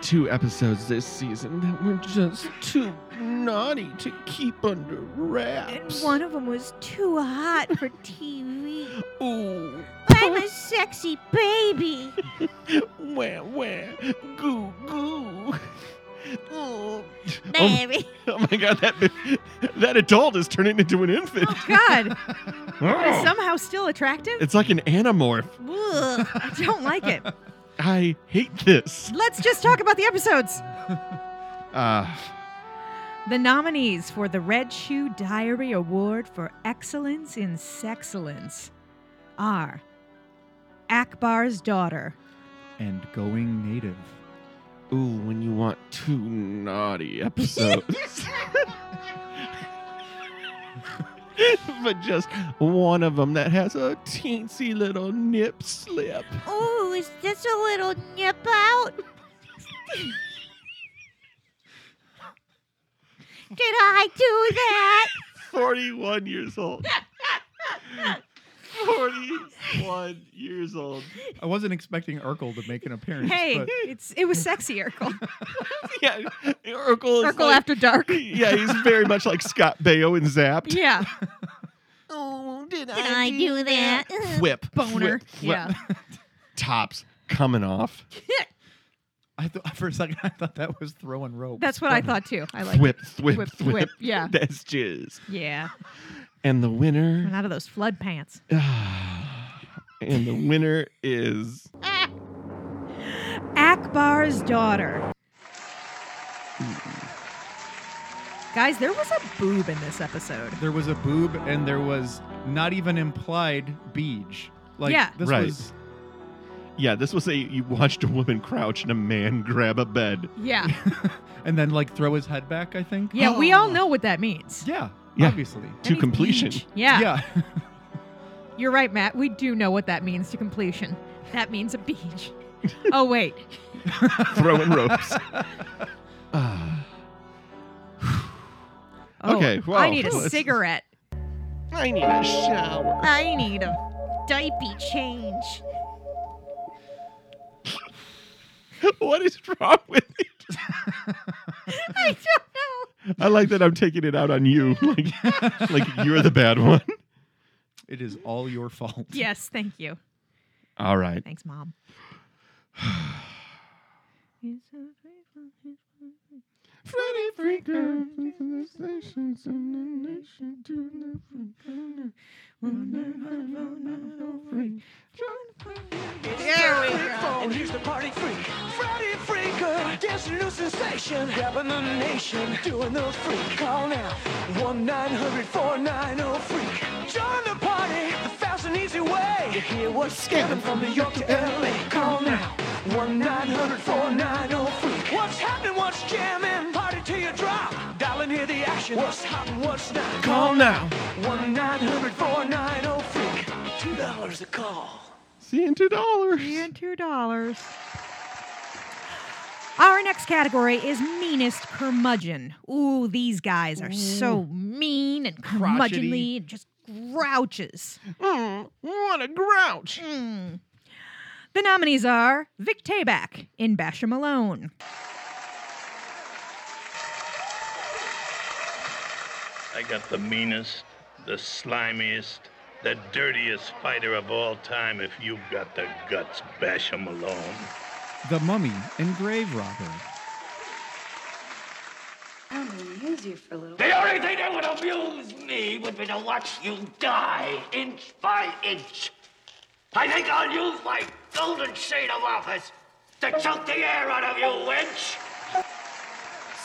S6: two episodes this season that were just too naughty to keep under
S2: And
S6: wraps.
S2: one of them was too hot for TV.
S6: Ooh.
S2: I'm a sexy baby.
S6: Where, where? Goo, goo. Oh,
S2: Baby.
S6: Oh, my god, that that adult is turning into an infant.
S2: God.
S6: Oh.
S2: Is somehow still attractive?
S6: It's like an anamorph.
S2: Ugh, I don't like it.
S6: I hate this.
S2: Let's just talk about the episodes.
S6: Uh,
S2: The nominees for the Red Shoe Diary Award for Excellence in Sexcellence are Akbar's Daughter,
S5: and going native.
S6: ooh, when you want two naughty episodes, but just one of them that has a teensy little nip slip.
S8: Oh, is this a little nip out? Did I do that?
S6: 41 years old. 41 years old.
S5: I wasn't expecting Urkel to make an appearance.
S2: Hey,
S5: but
S2: it's it was sexy, Urkel.
S6: yeah, Urkel.
S2: Urkel after dark.
S6: Yeah, he's very much like Scott Baio in Zapped.
S2: Yeah.
S8: Oh, did, I, do, that?
S6: Whip.
S8: Boner.
S6: whip, whip. Tops coming off.
S5: I thought for a second I thought that was throwing rope.
S2: That's what I thought too. I like
S6: Thwip,
S2: it.
S6: thwip,
S2: Thwip,
S6: thwip.
S2: thwip, yeah.
S6: That's jizz.
S2: Yeah.
S6: And the winner.
S2: And out of those flood pants.
S6: And the winner is
S2: Akbar's daughter. Guys, there was a boob in this episode.
S5: There was a boob and there was not even implied beej. Like
S2: Yeah.
S5: this
S6: Right.
S5: was
S6: Yeah, this was a you watched a woman crouch and a man grab a bed.
S2: Yeah.
S5: and then like throw his head back, I think.
S2: Yeah, we all know what that means.
S5: Yeah.
S6: Yeah.
S5: Obviously.
S6: To completion.
S2: Yeah.
S5: Yeah.
S2: You're right, Matt. We do know what that means to completion. That means a beach. oh, wait.
S6: Throwing ropes. Ah.
S2: Oh,
S6: okay, well,
S2: I need a
S6: let's-
S2: cigarette.
S6: I need a shower.
S8: I need a diaper change.
S6: What is wrong with it?
S8: I don't know.
S6: I like that I'm taking it out on you. Like, like you're the bad one.
S5: It is all your fault.
S2: Yes, thank you.
S6: All right.
S2: Thanks, Mom.
S13: Freddy Freaker, the stations in the nation to the freaker.
S8: There we go.
S7: And here's the party freak, Freddy Freaker. Dancing new sensation, grabbing the nation, doing the freak. Call now, 1 900 490 freak. Join the party, the fast and easy way. You hear what's scamming from New York to LA. Call now, 1 900 490 freak. What's happening, what's jamming? Party till you drop. Dial in, hear the action. What's hot and what's not?
S13: Call now.
S7: 1 900 490 freak. $2 a call.
S13: See you in two dollars.
S2: See you in two dollars. Our next category is meanest curmudgeon. Ooh, these guys are so mean and curmudgeonly
S13: Crotchety. Mm,
S2: and just grouches. Mm.
S13: what a grouch.
S2: The nominees are Vic Tabak in Bash 'Em Alone,
S9: I got the meanest, the slimiest, the dirtiest fighter of all time if you've got the guts, bash him alone.
S5: The Mummy and Grave Robber.
S34: I'm gonna use you for a little
S31: The only thing that would amuse me would be to watch you die inch by inch. I think I'll use my golden shade of office to choke the air out of you, wench!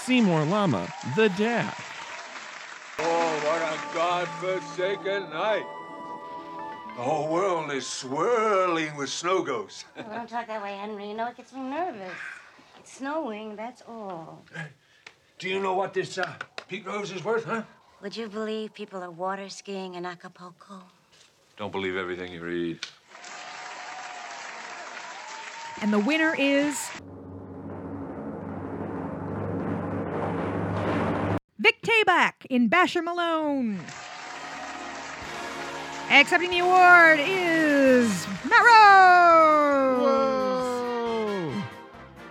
S6: Seymour Llama, the dad.
S35: Oh, what a godforsaken night! The whole world is swirling with snow ghosts.
S36: Oh, don't talk that way, Henry. You know it gets me nervous. It's snowing, that's all.
S28: Do you know what this uh, Pete Rose is worth, huh?
S36: Would you believe people are water skiing in Acapulco?
S28: Don't believe everything you read.
S2: and the winner is Vic Tabak in Bash 'Em Alone. Accepting the award is Matt Rose.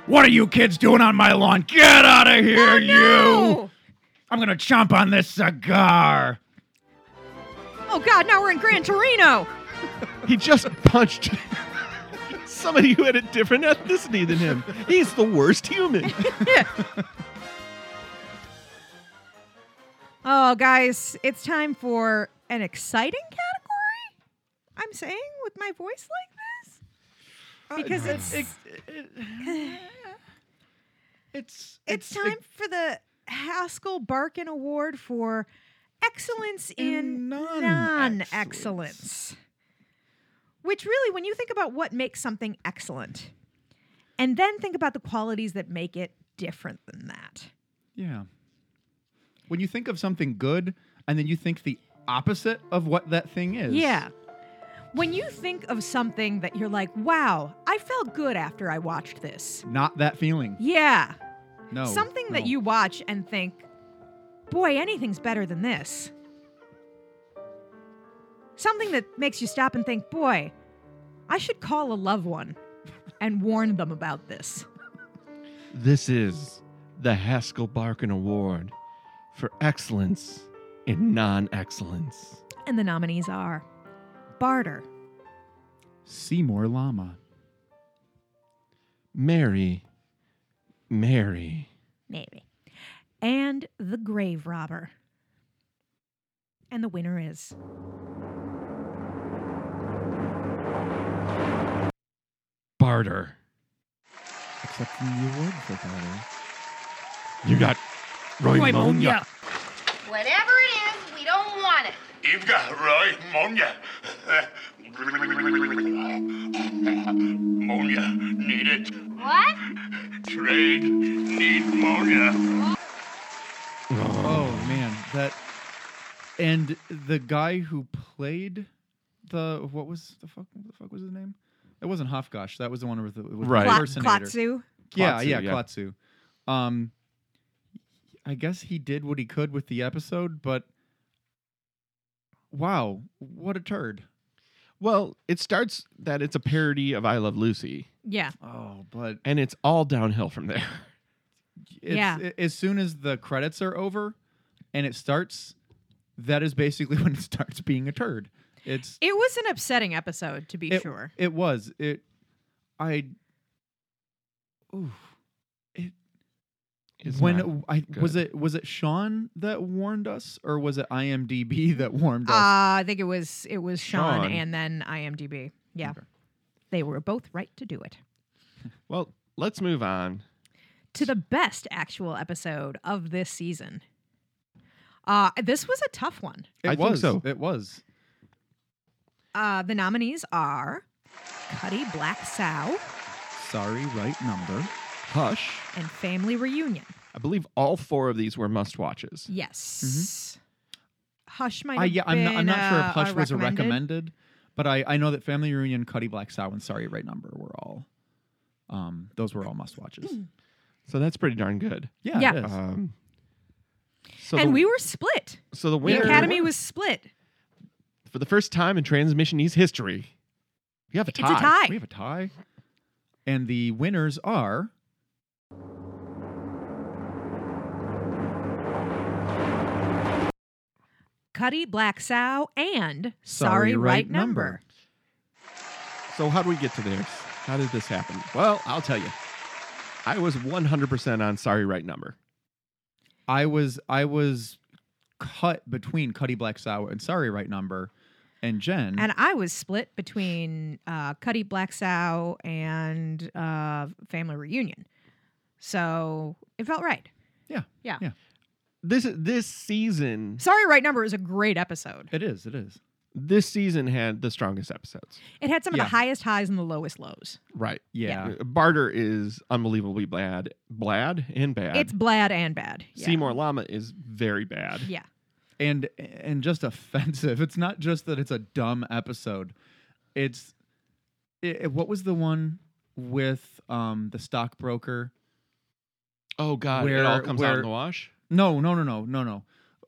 S5: What are you kids doing on my lawn? Get out of
S2: Oh,
S5: here, you! I'm gonna chomp on this cigar.
S2: Oh God! Now we're in Gran Torino.
S6: He just punched somebody who had a different ethnicity than him. He's the worst human.
S2: Oh, guys, it's time for an exciting category. I'm saying with my voice like this because it's it's,
S5: it's
S2: time for the Haskell Barkin Award for excellence in non-excellence. Which really, when you think about what makes something excellent, and then think about the qualities that make it different than that.
S5: Yeah. When you think of something good and then you think the opposite of what that thing is.
S2: Yeah. When you think of something that you're like, wow, I felt good after I watched this.
S5: Not that feeling.
S2: Yeah.
S5: No.
S2: something
S5: Oh, no.
S2: that you watch and think, boy, anything's better than this. Something that makes you stop and think, boy, I should call a loved one and warn them about this.
S6: This is the Haskell Barkin Award for excellence in non-excellence.
S2: And the nominees are Barter,
S5: Seymour Llama.
S6: Mary, Mary.
S2: maybe, and The Grave Robber. And the winner is
S6: Barter.
S13: Accepting the award for that.
S6: You got
S13: Roymonia.
S8: Whatever it is, we don't want it.
S9: You've got Roy Monia. Monia, need it.
S8: What?
S9: Trade, need Monia.
S5: Oh man, that and the guy who played the what was the fuck what the fuck was his name? It wasn't Hofgosh. That was the one with the, with
S6: Right.
S5: the
S6: Kla-
S5: impersonator.
S2: Klatsu?
S5: Yeah,
S6: Klatsu,
S5: yeah,
S6: yeah.
S5: Klatsu. Um, I guess he did what he could with the episode, but wow, what a turd!
S6: Well, it starts that it's a parody of I Love Lucy,
S2: Yeah.
S5: Oh, but
S6: and it's all downhill from there.
S5: it's,
S2: Yeah.
S5: a- as soon as the credits are over and it starts, that is basically when it starts being a turd. It's
S2: It was an upsetting episode, to be
S5: it,
S2: sure.
S5: It was. It I oof.
S6: is not
S5: when I was
S6: good.
S5: it was it Sean that warned us or was it IMDb that warned us?
S2: Uh, I think it was it was Sean,
S5: Sean.
S2: and then IMDb. Yeah, they were both right to do it.
S6: Well, let's move on.
S2: To the best actual episode of this season. Uh, this was a tough one.
S5: It
S6: I think
S5: was.
S6: so.
S5: It was.
S2: Uh, the nominees are Cuddy Black Sow
S5: Sorry, right number.
S6: Hush.
S2: and Family Reunion.
S6: I believe all four of these were must watches.
S2: Yes. Hush might
S5: Mm-hmm. I,
S2: have
S5: yeah, I'm not, I'm not sure if
S2: been, uh,
S5: Hush was a
S2: recommended.
S5: recommended, but I, I know that Family Reunion, Cuddy Black Sow, and Sorry Right Number were all, um, those were all must watches.
S6: So that's pretty darn good.
S5: Yeah,
S2: Mm. Yeah.
S5: it is.
S6: Um, so
S2: and
S6: the-
S2: we were split.
S6: So the winner
S2: the Academy was split.
S6: for the first time in Transmission East history. You have a
S2: It's a
S6: tie.
S2: tie.
S5: We have a tie. And the winners are
S2: Cuddy Black Sow and
S6: Sorry,
S2: Sorry,
S6: Right
S2: Right Number.
S6: So how do we get to this? How did this happen? Well, I'll tell you. I was 100% on sorry right number.
S5: I was I was cut between Cuddy Black Sow and Sorry Right Number, and
S6: Mm-hmm.
S5: Jen.
S2: And I was split between uh, Cuddy Black Sow and uh, Family Reunion. So it felt right.
S6: Mm-hmm.
S5: Yeah.
S2: Yeah.
S6: This this season,
S2: Sorry, Right Number is a great episode.
S5: it is, it is.
S6: this season had the strongest episodes.
S2: It had some
S6: Yeah.
S2: of the highest highs and the lowest lows.
S6: Right.
S5: Yeah.
S6: Barter is unbelievably bad, blad and bad.
S2: It's blad and bad. Yeah.
S6: Seymour Llama is very bad.
S2: Yeah.
S5: and and just offensive. It's not just that it's a dumb episode. It's it, it- what was the one with um the stockbroker?
S6: Oh God, it all comes out in the wash.
S5: No, no, no, no, no, no.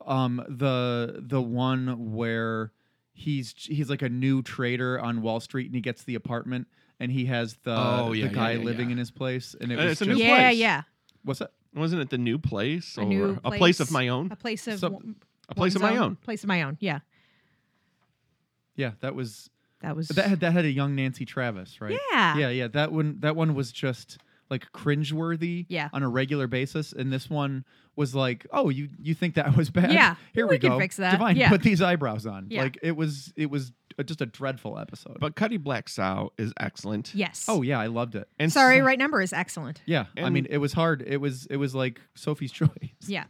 S5: Um, the the one where he's he's like a new trader on Wall Street and he gets the apartment and he has the
S6: Oh, yeah,
S5: the
S6: yeah,
S5: guy
S6: yeah,
S5: living
S6: yeah.
S5: in his place and it
S6: Uh,
S5: was
S6: it's a
S5: just,
S6: new
S2: Yeah,
S6: place.
S2: yeah.
S5: What's that?
S6: Wasn't it the new place
S2: A
S6: or
S2: new
S6: a place of my own?
S2: A place of
S5: Some-
S2: one-
S6: a place of
S2: one's
S6: my own.
S2: Place of my own. Yeah.
S5: Yeah, that was
S2: That was-
S5: that had that had a young Nancy Travis, right?
S2: Yeah.
S5: yeah, yeah. That one that one was just like cringeworthy,
S2: Yeah.
S5: on a regular basis, and this one was like, oh, you you think that was bad?
S2: Yeah,
S5: here we,
S2: we can
S5: go.
S2: fix that.
S5: Divine,
S2: Yeah.
S5: put these eyebrows on.
S2: Yeah.
S5: Like it was it was uh, just a dreadful episode.
S6: But Cuddy Black Sow is excellent.
S2: Yes.
S5: oh yeah, I loved it.
S6: And
S2: Sorry, Right Number is excellent.
S5: Yeah, I
S6: And-
S5: mean it was hard. It was it was like Sophie's Choice.
S2: Yeah.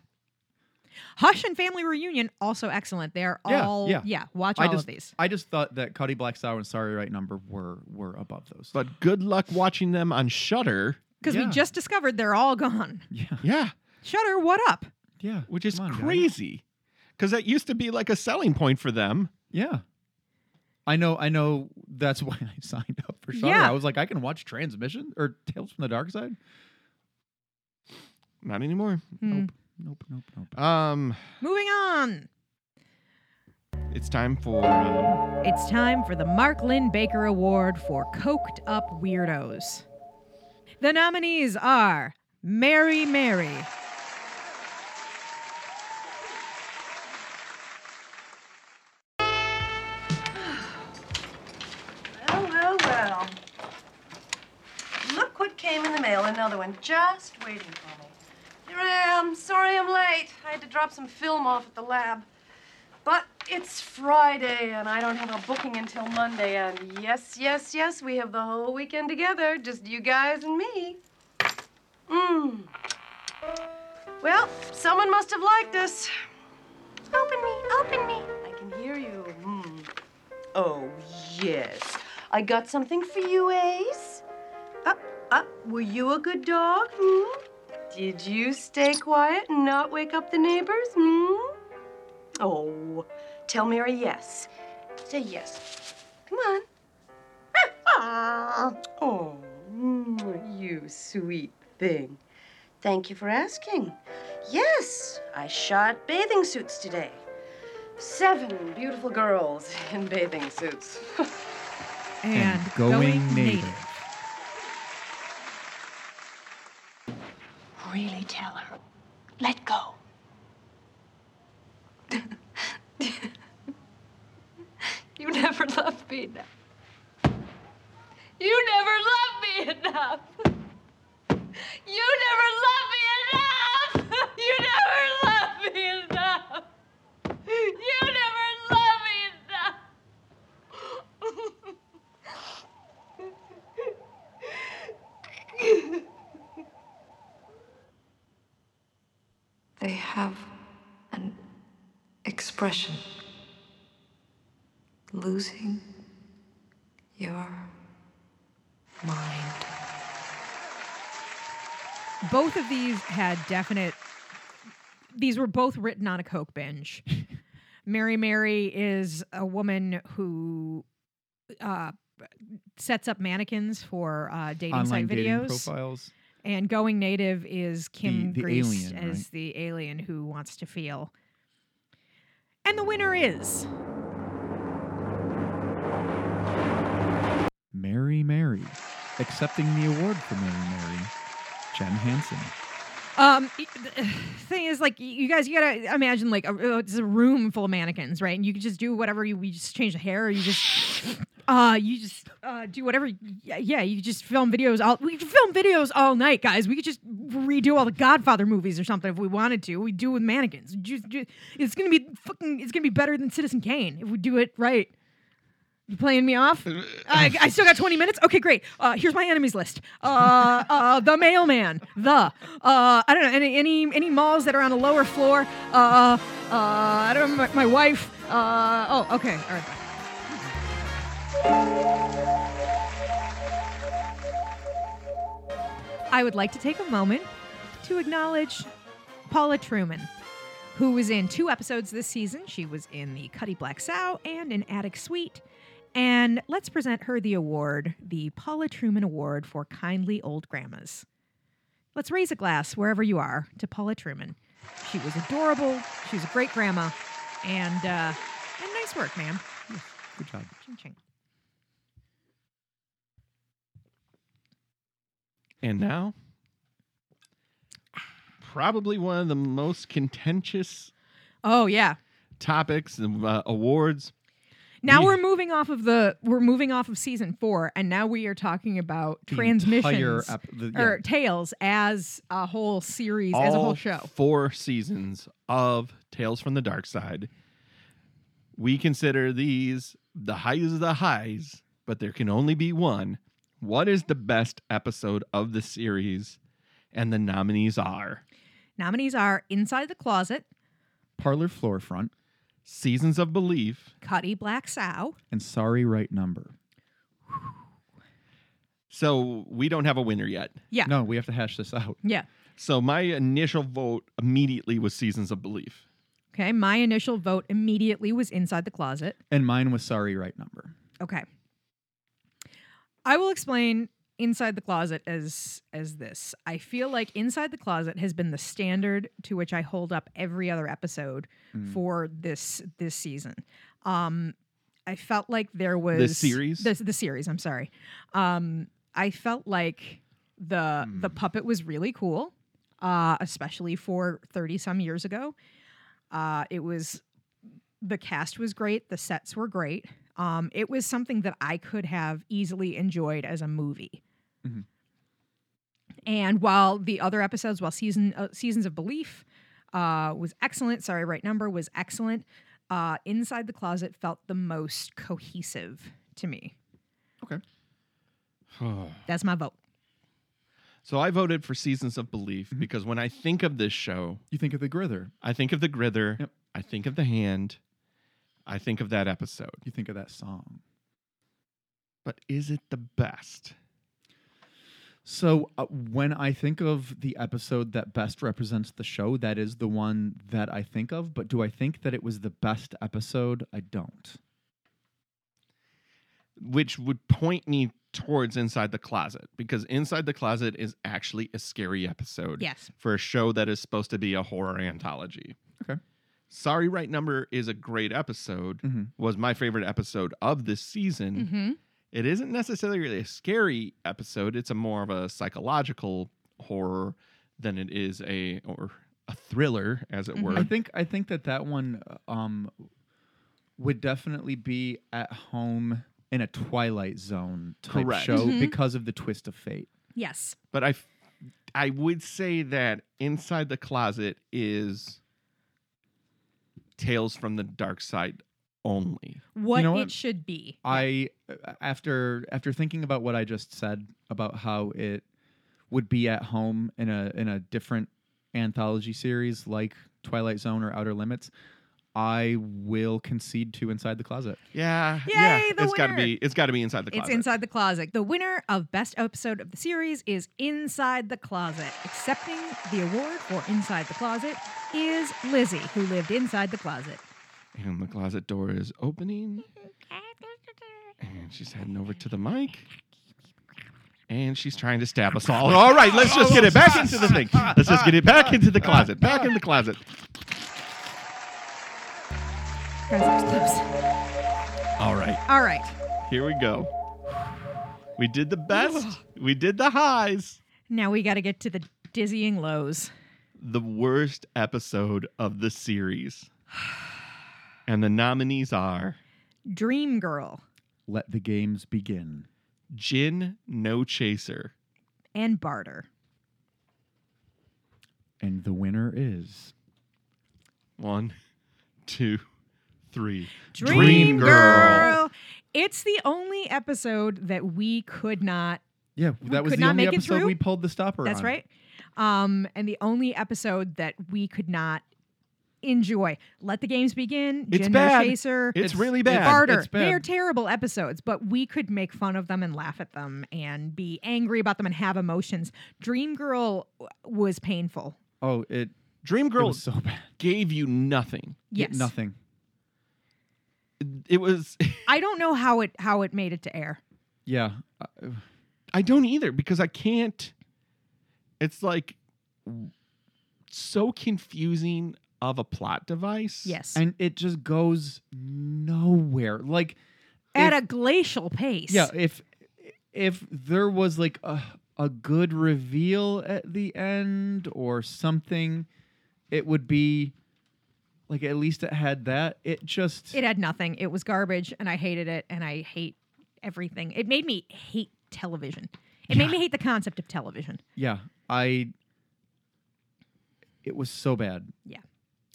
S2: Hush and Family Reunion also excellent. They're all yeah. watch
S5: I
S2: all
S5: just,
S2: of these.
S5: I just thought that Cuddy Black Sour and Sorry Right Number were were above those.
S6: But good luck watching them on Shutter.
S2: Because
S5: yeah.
S2: we just discovered they're all gone.
S6: Yeah,
S2: Shutter, what up?
S5: yeah,
S6: which is
S5: come on, guys.
S6: crazy. Because that used to be like a selling point for them.
S5: Yeah. I know I know that's why I signed up for Shudder.
S2: Yeah.
S5: I was like, I can watch Transmission or Tales from the Dark Side.
S6: Not anymore.
S2: Hmm.
S5: Nope, nope, nope.
S6: Um,
S2: Moving on.
S6: it's time for um,
S2: It's time for the Mark Lynn Baker Award for Coked Up Weirdos. The nominees are Mary Mary,
S37: Well, well, well. Look what came in the mail. Another one just waiting for me. Here I am. Sorry I'm late. I had to drop some film off at the lab. But it's Friday, and I don't have a booking until Monday. And yes, yes, yes, we have the whole weekend together. Just you guys and me. Mmm. Well, someone must have liked this. Open me, open me. I can hear you. Mmm. Oh, yes. I got something for you, Ace. Up, up. Were you a good dog? Hmm? Did you stay quiet and not wake up the neighbors? Hmm? Oh, tell Mary yes. Say yes. Come on. Ah. Oh, mm, you sweet thing. Thank you for asking. Yes, I shot bathing suits today. Seven beautiful girls in bathing suits.
S2: and,
S5: going native.
S37: Really tell her. Let go.
S30: You never loved me enough. You never loved me enough. You never loved me enough. They have an expression. Losing your mind.
S2: Both of these had definite. These were both written on a coke binge. Mary Mary is a woman who uh, sets up mannequins for uh, dating site
S5: Online dating
S2: videos.
S5: profiles.
S2: And going native is Kim
S5: The- the
S2: Grease
S5: alien,
S2: as
S5: right?
S2: the alien who wants to feel. And the winner is
S5: Mary Mary, accepting the award for Mary Mary, Jen Hansen.
S2: Um, y- the thing is, like, y- you guys, you gotta imagine like a, it's a room full of mannequins, right? And you can just do whatever you. You just change the hair. You just, uh, you just uh, do whatever. Yeah, yeah, you just film videos all. We could film videos all night, guys. We could just redo all the Godfather movies or something if we wanted to. We do with mannequins. Just, ju- it's gonna be fucking. It's gonna be better than Citizen Kane if we do it right. You playing me off? I, I still got 20 minutes. Okay, great. Uh, here's my enemies list. Uh, uh, the mailman. The uh, I don't know any any any malls that are on a lower floor. Uh, uh, I don't know my, my wife. Uh, oh, okay, all right. I would like to take a moment to acknowledge Paula Truman, who was in two episodes this season. She was in the Cuddy Black Sow and in Attic Suite. And let's present her the award, the Paula Truman Award for Kindly Old Grandmas. Let's raise a glass wherever you are to Paula Truman. She was adorable. She's a great grandma, and uh, and nice work, ma'am.
S5: Good job.
S2: Ching ching.
S6: And now, probably one of the most contentious
S2: Oh yeah.
S6: topics and uh, awards.
S2: Now
S6: We-
S2: we're moving off of the we're moving off of season four, and now we are talking about
S6: The
S2: transmissions
S6: entire ep- the-
S2: or tales as a whole series, as a
S6: all
S2: whole show.
S6: Four seasons of Tales from the Dark Side. We consider these the highs of the highs, but there can only be one. What is the best episode of the series? And the nominees are
S2: Nominees are Inside the Closet,
S5: Parlor floor front
S6: Seasons of Belief,
S2: Cuddy Black Sow.
S5: and Sorry Right Number.
S6: So we don't have a winner yet.
S2: Yeah.
S5: No, we have to hash this out.
S2: Yeah.
S6: So my initial vote immediately was Seasons of Belief.
S2: Okay. My initial vote immediately was Inside the Closet.
S5: And mine was Sorry Right Number.
S2: Okay. I will explain Inside the Closet as as this. I feel like Inside the Closet has been the standard to which I hold up every other episode
S6: Mm.
S2: for this this season. Um I felt like there was
S6: series?
S2: This the series, I'm sorry. Um I felt like the
S6: Hmm.
S2: the puppet was really cool, uh especially for 30 some years ago. Uh it was the cast was great the sets were great um, it was something that i could have easily enjoyed as a movie
S5: Mhm.
S2: and while the other episodes while season uh, seasons of belief uh, was excellent sorry right number was excellent uh, inside the closet felt the most cohesive to me that's my vote
S6: so I voted for Seasons of Belief because when I think of this show,
S5: You think of the Grither.
S6: I think of the Grither, I think of the Hand, I think of that episode.
S5: You think of that song.
S6: But is it the best?
S5: So uh, when I think of the episode that best represents the show, that is the one that I think of. But do I think that it was the best episode? I don't.
S6: Which would point me towards Inside the Closet because Inside the Closet is actually a scary episode.
S2: Yes.
S6: For a show that is supposed to be a horror anthology.
S5: Okay.
S6: Sorry Right Number is a great episode.
S5: Mhm.
S6: Was my favorite episode of this season.
S2: mm-hmm.
S6: it isn't necessarily a scary episode. It's a more of a psychological horror than it is a or a thriller, as it
S2: Mm-hmm.
S6: were.
S5: I think I think that that one um, would definitely be at home in a Twilight Zone type
S6: Correct.
S5: show
S6: Mhm.
S5: because of the twist of fate.
S2: yes
S6: But I, f- I would say that Inside the Closet is Tales from the Dark Side only.
S2: what,
S5: know
S2: it
S5: what?
S2: should be
S5: I after after thinking about what I just said about how it would be at home in a in a different anthology series like Twilight Zone or Outer Limits, I will concede to Inside the Closet.
S6: Yeah,
S2: Yay,
S6: yeah.
S2: the
S6: it's got to
S2: winner.
S6: be. It's got to be inside the closet.
S2: It's Inside the Closet. The winner of Best Episode of the Series is Inside the Closet. Accepting the award for Inside the Closet is Lizzie, who lived inside the closet.
S6: And the closet door is opening. And she's heading over to the mic. And she's trying to stab us all. All right, let's just get it back into the thing. Let's just get it back into the closet. Back in the closet.
S2: Guys, I'm close.
S6: All right,
S2: All right.
S6: here we go. We did the best. We did the highs.
S2: Now we got to get to the dizzying lows.
S6: The worst episode of the series. And the nominees are
S2: Dream Girl
S5: Let the games begin.
S6: Jin No Chaser.
S2: and Barter.
S5: And the winner is
S6: One, two, three.
S2: Dream, Girl. It's the only episode that we could not
S5: Yeah, that was
S2: Oh, could
S5: the
S2: not
S5: only
S2: make it
S5: episode
S2: through?
S5: we pulled the stopper
S2: That's
S5: on.
S2: right. Um, and the only episode that we could not enjoy. Let the games begin.
S6: It's
S2: Jin
S6: bad.
S2: No Chaser.
S6: It's It's- really bad.
S2: Barter.
S6: It's bad.
S2: They are terrible episodes, but we could make fun of them and laugh at them and be angry about them and have emotions. Dream Girl w- was painful.
S5: Oh, it
S6: Dream Girl
S5: was so bad.
S6: gave you nothing.
S2: Yes.
S5: Nothing.
S6: It was
S2: I don't know how it how it made it to air.
S5: Yeah.
S6: I don't either because I can't. It's like so confusing of a plot device.
S2: Yes.
S5: And it just goes nowhere. Like
S2: At
S5: if-
S2: a glacial pace.
S5: Yeah, if if there was like a a good reveal at the end or something, it would be like at least it had that. It just
S2: It had nothing. It was garbage, and I hated it, and I hate everything. It made me hate television. It made me hate the concept of television.
S5: yeah, I it was so bad.
S2: Yeah.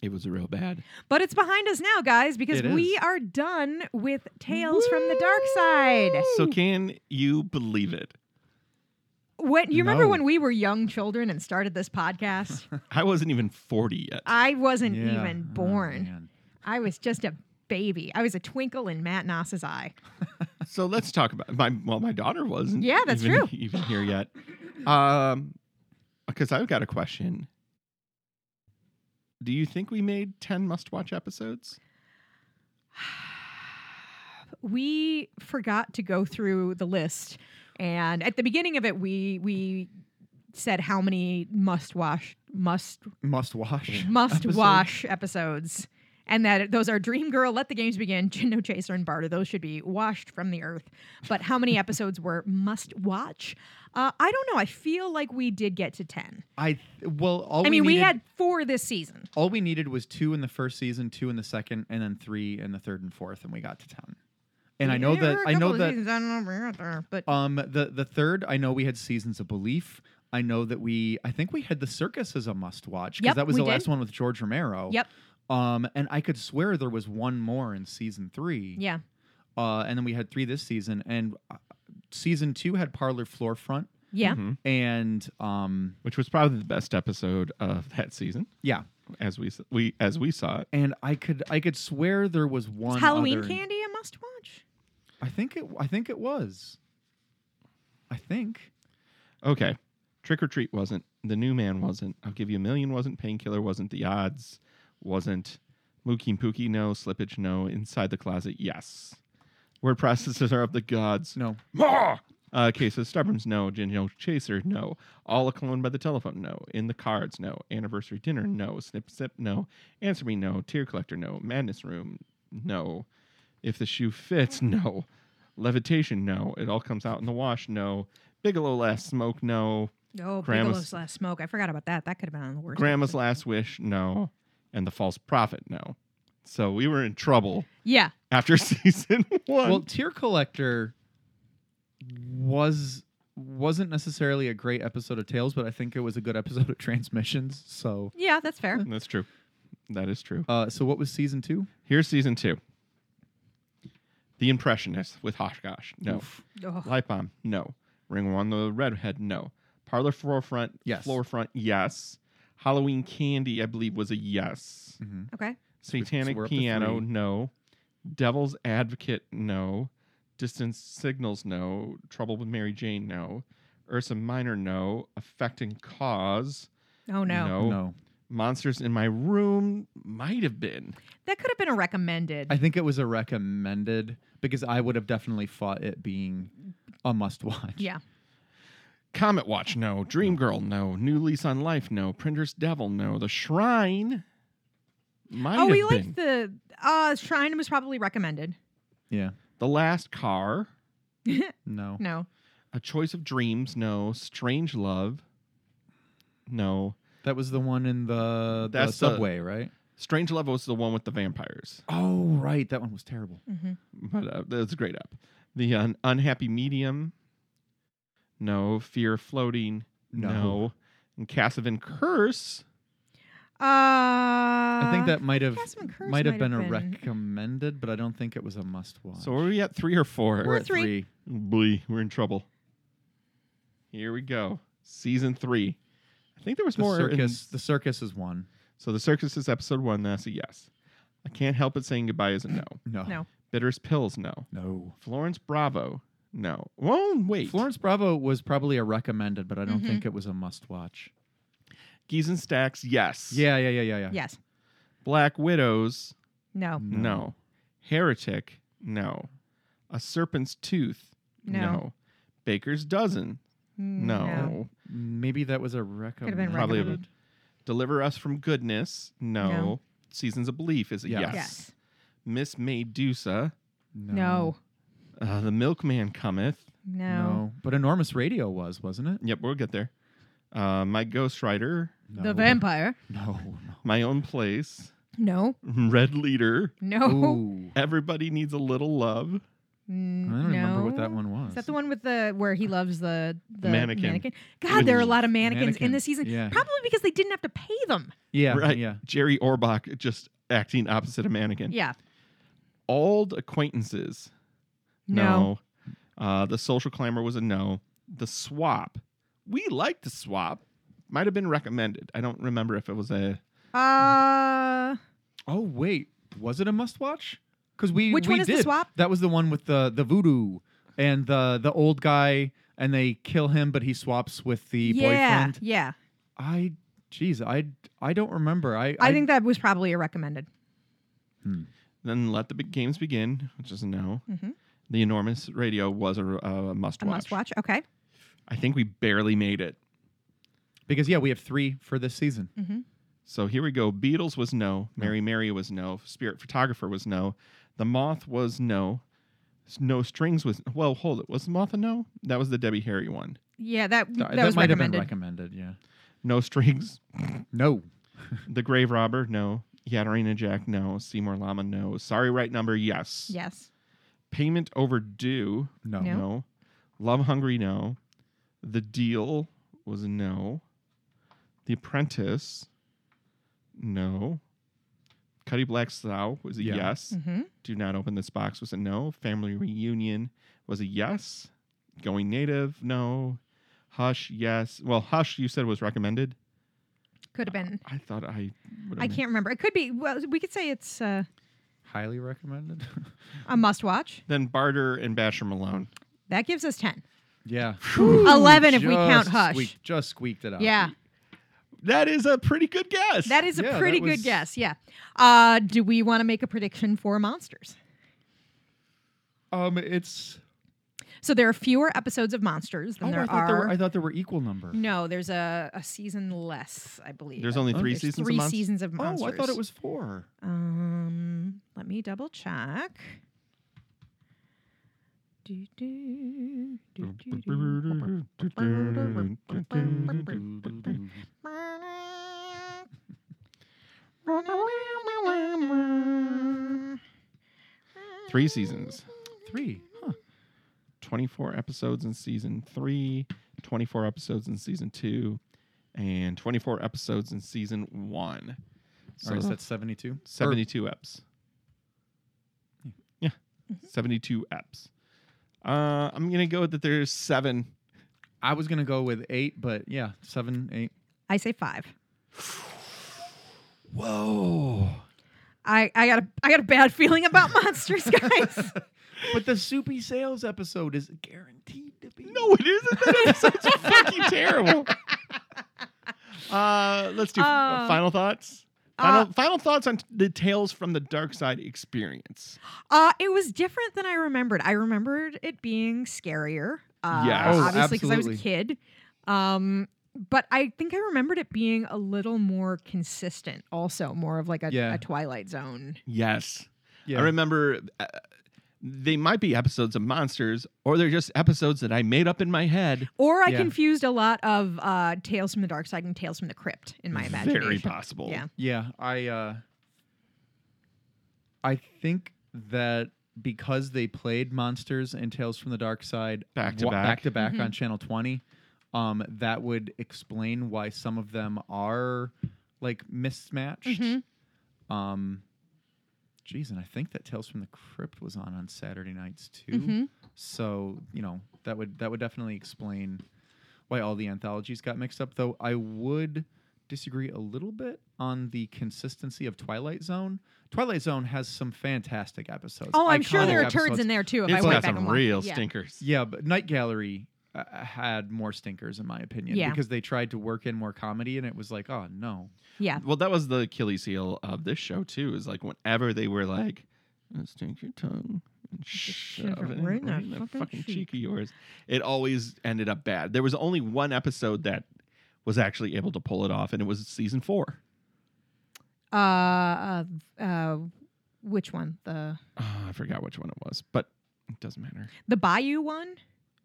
S6: It was real bad.
S2: But it's behind us now, guys, because
S6: It
S2: we
S6: is.
S2: are done with Tales from the Dark Side.
S6: So can you believe it?
S2: when you remember
S6: No.
S2: when we were young children and started this podcast?
S6: I wasn't even forty yet.
S2: I wasn't
S6: Yeah. Oh,
S2: even
S5: oh,
S2: born. I was just a baby. I was a twinkle in Matt Noss's eye.
S6: So let's talk about my. Well, my daughter wasn't.
S2: Yeah, that's true.
S6: even- Even here yet, um, because I've got a question. Do you think we made ten must-watch episodes?
S2: we forgot to go through the list and at the beginning of it we we said how many must wash must
S5: Must wash.
S2: must
S5: episode.
S2: wash episodes and that those are dream girl let the games begin jinno chaser and barter those should be washed from the earth but how many episodes were must watch uh, i don't know i feel like we did get to 10
S5: I well all
S2: i mean we
S5: needed-
S2: had four this season
S5: all we needed was two in the first season, two in the second, and then three in the third and fourth, and we got to town. And I know
S2: There
S5: that
S2: were a
S5: I
S2: couple
S5: know
S2: of
S5: that
S2: seasons, I don't know, if we got there, but
S5: Um, the the third, I know we had seasons of belief. I know that we, I think we had the circus as a must watch because
S2: Yep,
S5: that was
S2: we
S5: the last
S2: did.
S5: one with George Romero.
S2: Yep.
S5: Um, and I could swear there was one more in season three.
S2: yeah
S5: Uh, and then we had three this season, and uh, season two had Parlor Floor Front.
S2: Yeah.
S5: Mm-hmm.
S2: Mhm.
S5: And um,
S6: which was probably the best episode of that season.
S5: Yeah.
S6: as we s- we as we saw it.
S5: And I could I could swear there was one
S2: halloween
S5: other-
S2: candy a must watch
S5: I think it I think it was. I think.
S6: Okay. Trick or Treat wasn't. The New Man wasn't. I'll Give You a Million wasn't. Painkiller wasn't. The Odds wasn't. Mookie and Pookie, no. Slippage, no. Inside the Closet, yes. Word processors are of the gods.
S5: No.
S6: More! Uh, okay, so Stubborns, no. Ginger Chaser, no. All a Clone by the Telephone, no. In the Cards, no. Anniversary Dinner, no. Snip Snip, no. Answer Me, no. Tear Collector, no. Madness Room, no. If the Shoe Fits, no. Levitation, no. It all comes out in the wash, no. Bigelow Last Smoke, no.
S2: Oh, Bigelow's
S6: Grandma's,
S2: Last Smoke. I forgot about that. That could have been on the worst.
S6: Grandma's Last Wish, no. And The False Prophet, no. So we were in trouble
S2: Yeah.
S6: after season one.
S5: Well, Tear Collector was wasn't necessarily a great episode of Tales, but I think it was a good episode of Transmissions. So
S2: Yeah, that's fair.
S6: That's true. That is true.
S5: Uh, so what was season two?
S6: Here's season two. The Impressionists with Hoshgosh. No.
S5: Oof.
S2: Ugh.
S6: Light Bomb. No. Ring One the Redhead. No. Parlor Floorfront.
S5: Yes.
S6: Floorfront. Yes. Halloween Candy, I believe, was a yes.
S2: Okay.
S6: Satanic
S2: So we're up to
S6: Piano,
S2: three.
S6: no. Devil's Advocate, no. Distance Signals, no. Trouble with Mary Jane, no. Ursa Minor, no. Effect and Cause,
S2: Oh, no.
S5: No.
S6: Monsters in My Room might have been.
S2: That could have been a recommended.
S5: I think it was a recommended because I would have definitely fought it being a must watch.
S2: yeah.
S6: Comet Watch, no. Dream Girl, no. New Lease on Life, no. Printer's Devil, no. The Shrine, might
S2: oh,
S6: have
S2: we
S6: been.
S2: liked the uh, Shrine was probably recommended.
S5: Yeah.
S6: The Last Car, no.
S2: no.
S6: A Choice of Dreams, no. Strange Love, no.
S5: That was the one in the, the
S6: That's the-
S5: subway, right?
S6: Strange Love was the one with the vampires,
S5: Oh, right. That one was terrible.
S6: but uh, that's a great up. The un- Unhappy Medium, no. Fear of Floating, no.
S5: No.
S6: And Cassavan Curse,
S2: Uh,
S5: I
S2: I
S5: think that might have
S2: Jasmine Curse
S5: might have been, a
S2: been-
S5: recommended, but I don't think it was a must watch.
S6: So are we at three or 4
S5: We're We're at at three.
S6: Blee, we're in trouble. Here we go. Season three. I think there was
S5: The
S6: more. in-
S5: circus- the circus is one.
S6: So the circus is episode one. That's a yes. I can't help but saying goodbye is a no.
S5: No.
S2: No.
S6: Bitterest pills. No.
S5: No.
S6: Florence Bravo. No. Well, wait.
S5: Florence Bravo was probably a recommended, but I don't
S2: Mhm.
S5: think it was a must watch.
S6: Geese and Stacks. Yes.
S5: Yeah, yeah, yeah, yeah, yeah.
S2: Yes.
S6: Black Widows.
S2: No.
S6: No. Heretic. No. A Serpent's Tooth.
S2: No.
S6: Baker's Dozen.
S2: Mm,
S6: No.
S2: no.
S5: Maybe that was a recommended.
S2: been
S6: Probably a-
S2: recommended.
S6: Deliver Us from Goodness. No.
S2: No.
S6: Seasons of Belief is a
S5: Yes.
S6: yes.
S2: Yes.
S6: Miss Medusa.
S2: No.
S6: Uh, the Milkman Cometh.
S2: No.
S5: But Enormous Radio was, wasn't it?
S6: Yep, we'll get there. Uh, my Ghost Rider.
S2: The vampire.
S5: No.
S6: My Own Place.
S2: No.
S6: Red Leader.
S2: No.
S5: Ooh.
S6: Everybody Needs a Little Love.
S2: Mm,
S5: I don't remember what
S2: no.
S5: that one
S2: Is
S5: was.
S2: that the one with the where he loves the, the
S6: Mannequin.
S2: God, there are a lot of mannequins in
S5: Mannequin.
S2: this season.
S6: Yeah.
S2: Probably because they didn't have to pay them.
S5: Yeah,
S6: right.
S5: yeah.
S6: Jerry Orbach just acting opposite a mannequin.
S2: Yeah.
S6: Old acquaintances.
S2: No.
S6: No. Uh, the social clamor was a no. The swap. We liked the swap. Might have been recommended. I don't remember if it was a.
S2: Uh
S5: Oh wait, was it a must watch? Because we
S2: Which
S5: we
S2: one is the
S5: did.
S2: swap?
S5: That was the one with the the voodoo and the the old guy, and they kill him, but he swaps with the
S2: yeah.
S5: E boyfriend.
S2: Yeah.
S5: I, jeez, I I don't remember. I
S2: I, think that was probably a recommended.
S6: Then let the big games begin, which is a no.
S2: Mhm.
S6: The enormous radio was a, a must
S2: A
S6: watch.
S2: must watch. Okay.
S6: I think we barely made it.
S5: because yeah, we have three for this season.
S2: Mhm.
S6: So here we go. Beatles was
S2: Oh.
S6: no. Mary Mary was no. Spirit Photographer was no. The Moth was no. S- No Strings was well. Hold it. Was the Moth a no? That was the Debbie Harry one.
S2: Yeah, that
S5: Th-
S2: that, was
S5: might
S2: recommended.
S5: have been recommended. Yeah.
S6: No Strings.
S5: No.
S6: the Grave Robber. No. Yadarina Jack. No. Seymour Lama. No. Sorry, right number. Yes.
S2: Yes.
S6: Payment overdue.
S5: No.
S2: No.
S6: Love hungry. No. The deal was a no. The apprentice. No. Cuddy Black Sow was a
S5: Yeah.
S6: yes.
S2: Mhm.
S6: Do not open this box was a no. Family reunion was a yes. Going native. No. Hush. Yes. Well, Hush. You said was recommended.
S2: Could have been.
S6: I thought I. would
S2: I
S6: have-
S2: can't remember. It could be. Well, we could say it's uh,
S5: Highly recommended.
S2: a
S5: Mm.
S2: must watch.
S6: Then Barter and Basher Malone.
S2: That gives us ten.
S5: yeah.
S2: Whew, 11 if we count
S5: Just
S2: Hush.
S5: squeaked- just squeaked it out.
S2: Yeah.
S6: That is a pretty good guess.
S2: That is a
S5: Yeah,
S2: pretty
S5: that
S2: good
S5: was-
S2: guess. Yeah. Uh, do we want to make a prediction for monsters?
S5: Um, it's.
S2: So there are fewer episodes of monsters than
S5: Oh,
S2: there
S5: I thought
S2: are.
S5: there were, I thought there were equal number.
S2: no, there's a, a season less, I believe. Oh,
S6: There's only three
S2: There's
S6: seasons of
S2: Three
S6: Monst-
S2: seasons of monsters.
S5: Oh, I thought it was four.
S2: Um, let me double check. Do, do, do, do, do.
S6: Three seasons.
S5: Three.
S6: 24 episodes in season three, 24 episodes in season two, and 24 episodes in season one.
S5: All right, so that's 72? Or-
S6: 72 eps. Yeah. Mm-hmm. 72 eps. Uh, I'm going to go that there's seven.
S5: I was gonna go with eight, but yeah, seven, eight.
S2: I say five.
S5: Whoa.
S2: I, I got a I got a bad feeling about monsters, guys.
S5: But the soupy sales episode is guaranteed to be.
S6: No, it isn't. That episode's fucking terrible. Uh, let's do
S2: Uh,
S6: final thoughts. Final,
S2: uh,
S6: final thoughts on t- the Tales from the Dark Side experience.
S2: Uh, it was different than I remembered. I remembered it being scarier. Uh,
S6: Yes. Oh,
S2: obviously because I was a
S6: absolutely.
S2: kid. Um, but I think I remembered it being a little more consistent. Also, more of like a,
S6: Yeah.
S2: a Twilight Zone.
S6: Yes.
S5: Yeah.
S6: I remember uh, they might be episodes of monsters or they're just episodes that I made up in my head.
S2: Or I
S6: Yeah.
S2: confused a lot of uh, Tales from the Dark Side and Tales from the Crypt in my imagination.
S6: Very possible.
S2: Yeah.
S5: Yeah, I uh I think that because they played Monsters and Tales from the Dark Side
S6: Back to
S5: wa-
S6: back.
S5: to back
S6: Mhm.
S5: on channel 20, um that would explain why some of them are like mismatched.
S2: Mhm.
S5: Um Jeez, and I think that Tales from the Crypt was on on Saturday nights too.
S2: Mhm.
S5: So you know that would that would definitely explain why all the anthologies got mixed up. Though I would disagree a little bit on the consistency of Twilight Zone. Twilight Zone has some fantastic episodes.
S2: Oh, I'm sure there
S5: iconic
S2: are turds in there, too, if I It's went got back some and watched. real Yeah. stinkers.
S5: Yeah, but Night Gallery uh, had more stinkers in my opinion
S2: Yeah.
S5: because they tried to work in more comedy and it was like, oh no.
S2: Yeah.
S6: Well, that was the Achilles heel of this show too. Is like whenever they were like, "Let's take your tongue and shove
S2: shove
S6: it
S2: it
S6: in
S2: right in that
S6: that
S2: fucking
S6: fucking cheek.
S2: cheek."
S6: of yours," it always ended up bad. There was only one episode that was actually able to pull it off, and it was season four.
S2: Uh, uh, uh, which one? The
S6: Ah, I forgot which one it was, but it doesn't matter.
S2: the Bayou one?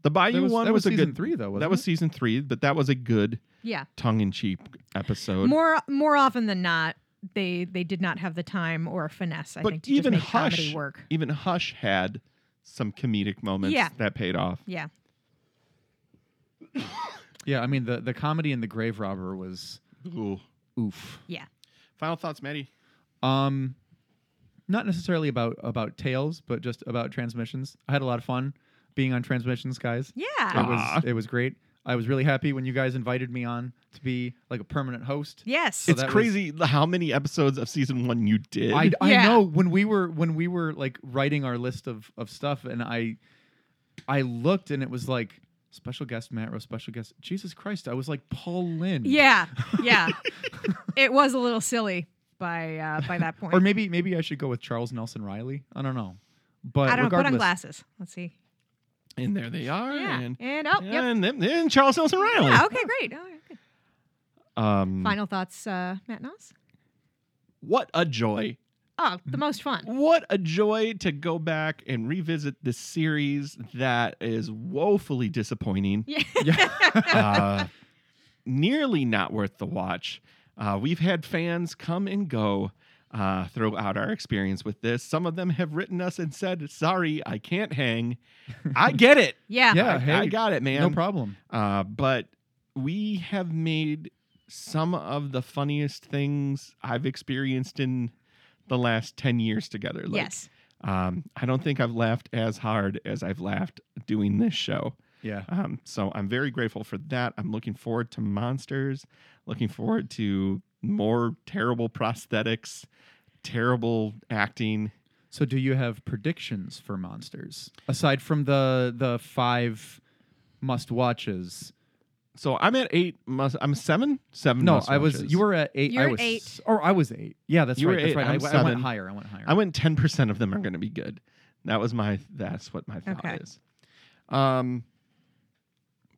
S6: The Bayou
S5: That was-
S6: one
S5: that
S6: was,
S5: was
S6: a
S5: season
S6: good
S5: three, though, wasn't
S6: that was
S5: it?
S6: season three, but that was a good
S2: Yeah.
S6: tongue in cheek episode.
S2: More more often than not, they they did not have the time or finesse. I
S6: but
S2: think to
S6: even
S2: just make
S6: Hush,
S2: comedy work.
S6: even Hush had some comedic moments
S2: Yeah.
S6: that paid off.
S2: Yeah.
S5: Yeah, I mean the the comedy in the Grave Robber was oof.
S2: Yeah.
S6: Final thoughts, Maddie. Oh,
S5: Um, not necessarily about about tales, but just about transmissions. I had a lot of fun being on transmissions, guys.
S2: Yeah,
S6: Oh.
S5: it
S2: Aw.
S5: was it was great. I was really happy when you guys invited me on to be like a permanent host.
S2: Yes,
S5: So
S6: it's
S5: that was-
S6: crazy how many episodes of season one you did.
S5: I, I know when we were when we were like writing our list of of stuff, and I I looked and it was like special guest Matt Rose, special guest Jesus Christ. I was like Paul Lynn.
S2: Yeah. Yeah. it was a little silly by uh, by that point.
S5: Or maybe maybe I should go with Charles Nelson Riley. I don't know. But
S6: uh,
S2: I don't know, put on
S5: regardless-
S2: glasses. Let's see.
S6: And there they are.
S2: Yeah.
S6: And,
S2: And oh, yep.
S6: and then, then Charles Nelson Riley.
S2: Yeah, okay, great. All right, good.
S6: Um,
S2: Final thoughts, uh, Matt Noss?
S6: What a joy.
S2: Oh,
S6: Mm.
S2: the most fun.
S6: What a joy to go back and revisit this series that is woefully disappointing.
S2: Yeah.
S6: uh, nearly not worth the watch. Uh, we've had fans come and go uh, throughout our experience with this. Some of them have written us and said, "Sorry, I can't hang." I get it.
S2: Yeah.
S5: Yeah,
S6: I,
S5: hey,
S6: I got it, man.
S5: no problem.
S6: Uh, but we have made some of the funniest things I've experienced in the last ten years together. Like,
S2: Yes.
S6: Um, I don't think I've laughed as hard as I've laughed doing this show.
S5: Yeah.
S6: Um, so I'm very grateful for that. I'm looking forward to monsters, looking forward to more terrible prosthetics, terrible acting.
S5: So do you have predictions for monsters aside from the the five must watches?
S6: So I'm at eight. Must, I'm seven. Seven.
S5: No,
S6: must
S5: I was.
S6: watches.
S5: You were at 8 I
S2: You're
S5: was
S2: eight.
S5: Or I was eight. Yeah, that's
S6: You
S5: right.
S6: were
S5: That's
S6: eight,
S5: right. I,
S6: I'm
S5: w- I went
S6: seven.
S5: higher. I went higher.
S6: I went ten percent of them are going to be good. That was my. That's what my thought
S5: Okay.
S6: is. Um,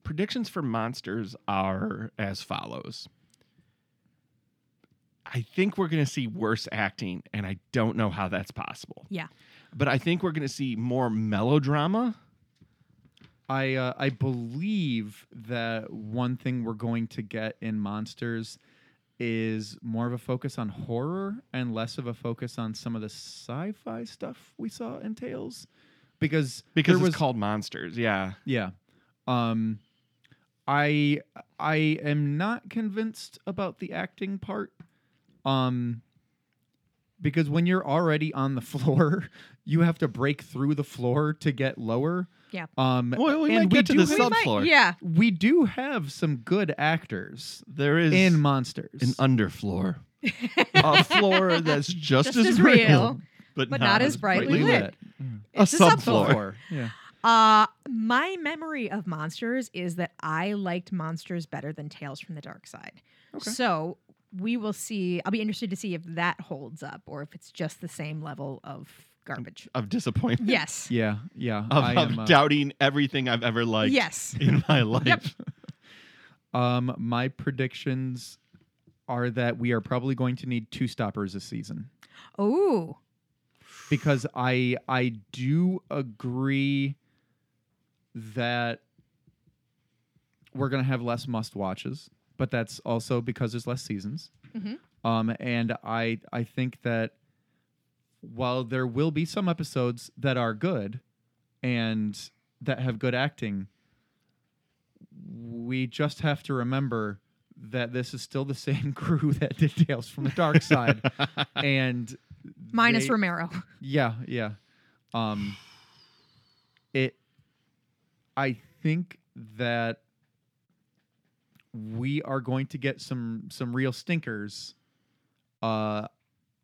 S6: predictions for monsters are as follows. I think we're going to see worse acting, and I don't know how that's possible.
S2: Yeah.
S6: But I think we're going to see more melodrama.
S5: I uh, I believe that one thing we're going to get in monsters is more of a focus on horror and less of a focus on some of the sci-fi stuff we saw in Tales, because
S6: Because
S5: there
S6: it's
S5: was
S6: called Monsters. Yeah.
S5: Yeah. Um I I am not convinced about the acting part. Um because when you're already on the floor, you have to break through the floor to get lower.
S2: Yeah.
S5: Um
S6: Well, we
S5: and
S6: might get to
S5: do
S6: the
S5: have-
S6: subfloor.
S2: yeah.
S5: We do have some good actors
S6: There is
S5: in monsters.
S6: an underfloor. a floor that's just,
S2: Just
S6: as,
S2: as
S6: real,
S2: real, but not as brightly lit.
S6: A
S2: It's a subfloor.
S6: subfloor. Yeah.
S2: Uh, my memory of Monsters is that I liked Monsters better than Tales from the Dark Side. So we will see. I'll be interested to see if that holds up or if it's just the same level of garbage.
S6: Of disappointment.
S2: Yes.
S5: Yeah, yeah.
S6: Of,
S5: I
S6: of
S5: am, uh,
S6: doubting everything I've ever liked
S2: Yes.
S6: in my life.
S5: Um, my predictions are that we are probably going to need two stoppers this season
S2: Oh,
S5: because I I do agree that we're gonna have less must watches, but that's also because there's less seasons.
S7: Mhm.
S5: Um, and I I think that while there will be some episodes that are good and that have good acting, we just have to remember that this is still the same crew that did Tales from the Dark Side, and
S2: Minus
S5: they-
S2: Romero.
S5: Yeah, yeah. Um, it. I think that we are going to get some some real stinkers. Uh,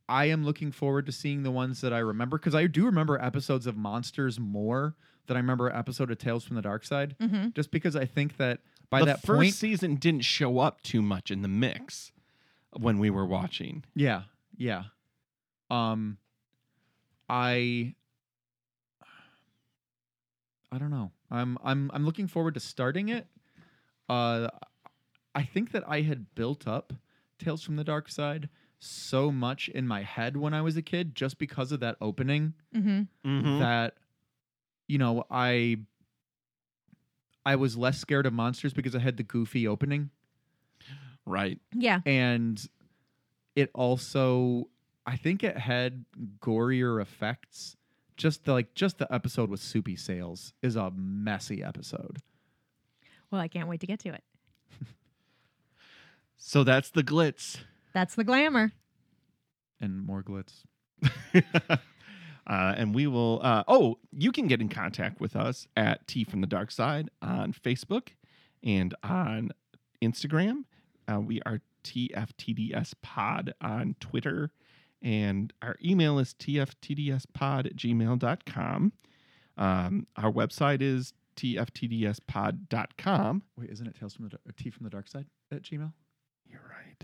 S5: I am looking forward to seeing the ones that I remember because I do remember episodes of Monsters more than I remember an episode of Tales from the Dark Side.
S2: Mhm.
S5: Just because I think that by
S6: the
S5: that
S6: first
S5: point,
S6: season didn't show up too much in the mix when we were watching.
S5: Yeah, yeah. Um, I, I don't know. I'm I'm I'm looking forward to starting it. Uh, I think that I had built up Tales from the Dark Side so much in my head when I was a kid, just because of that opening
S2: Mhm.
S6: Mm-hmm.
S7: Mhm.
S5: that you know i i was less scared of monsters because i had the goofy opening
S6: right
S2: Yeah.
S5: and it also i think it had gorier effects just the, like just the episode with soupy sales is a messy episode
S2: well, I can't wait to get to it.
S6: So that's the glitz
S2: That's the glamour.
S5: and more glitz.
S6: Uh, and we will. Uh, oh, you can get in contact with us at T from the Dark Side on Facebook and on Instagram. Uh, we are TFTDS Pod on Twitter. And our email is tftdspod at gmail.com. Um, our website is tftdspod.com.
S5: wait isn't it tales from the Dar- tea from the dark side at gmail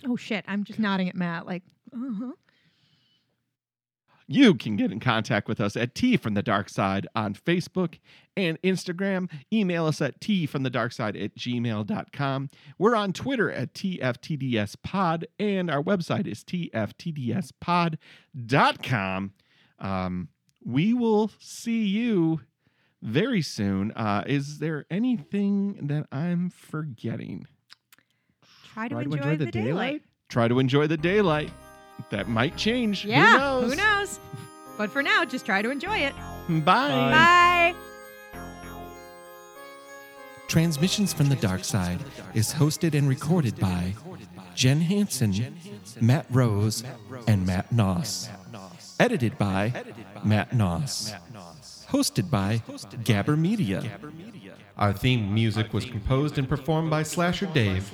S2: Oh shit! I'm just nodding at Matt like, uh-huh.
S6: You can get in contact with us at T from the Dark Side on Facebook and Instagram. Email us at T from the Dark Side at gmail.com. We're on Twitter at TFTDS Pod, and our website is TFTDSpod.com. Um, we will see you very soon. Uh, is there anything that I'm forgetting?
S2: try to enjoy, the, daylight.
S6: Try to enjoy the daylight. That might change.
S2: Yeah.
S6: Who knows?
S2: But for now, just try to enjoy it.
S6: Bye.
S2: Bye.
S13: Transmissions from the Dark Side is hosted and recorded by Jen Hansen, Matt Rose, and Matt Noss. Edited by Matt Noss. Hosted by Gabber Media.
S11: Our theme music was composed and performed by Slasher Dave.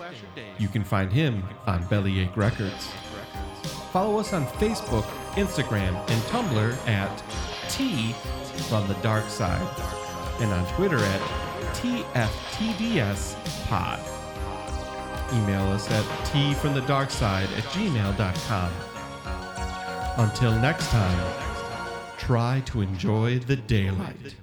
S11: You can find him on Bellyache Records. Follow us on Facebook, Instagram, and Tumblr at T from the Dark Side, and on Twitter at TFTDS Pod. Email us at T from the Dark Side at gmail.com. Until next time, try to enjoy the daylight.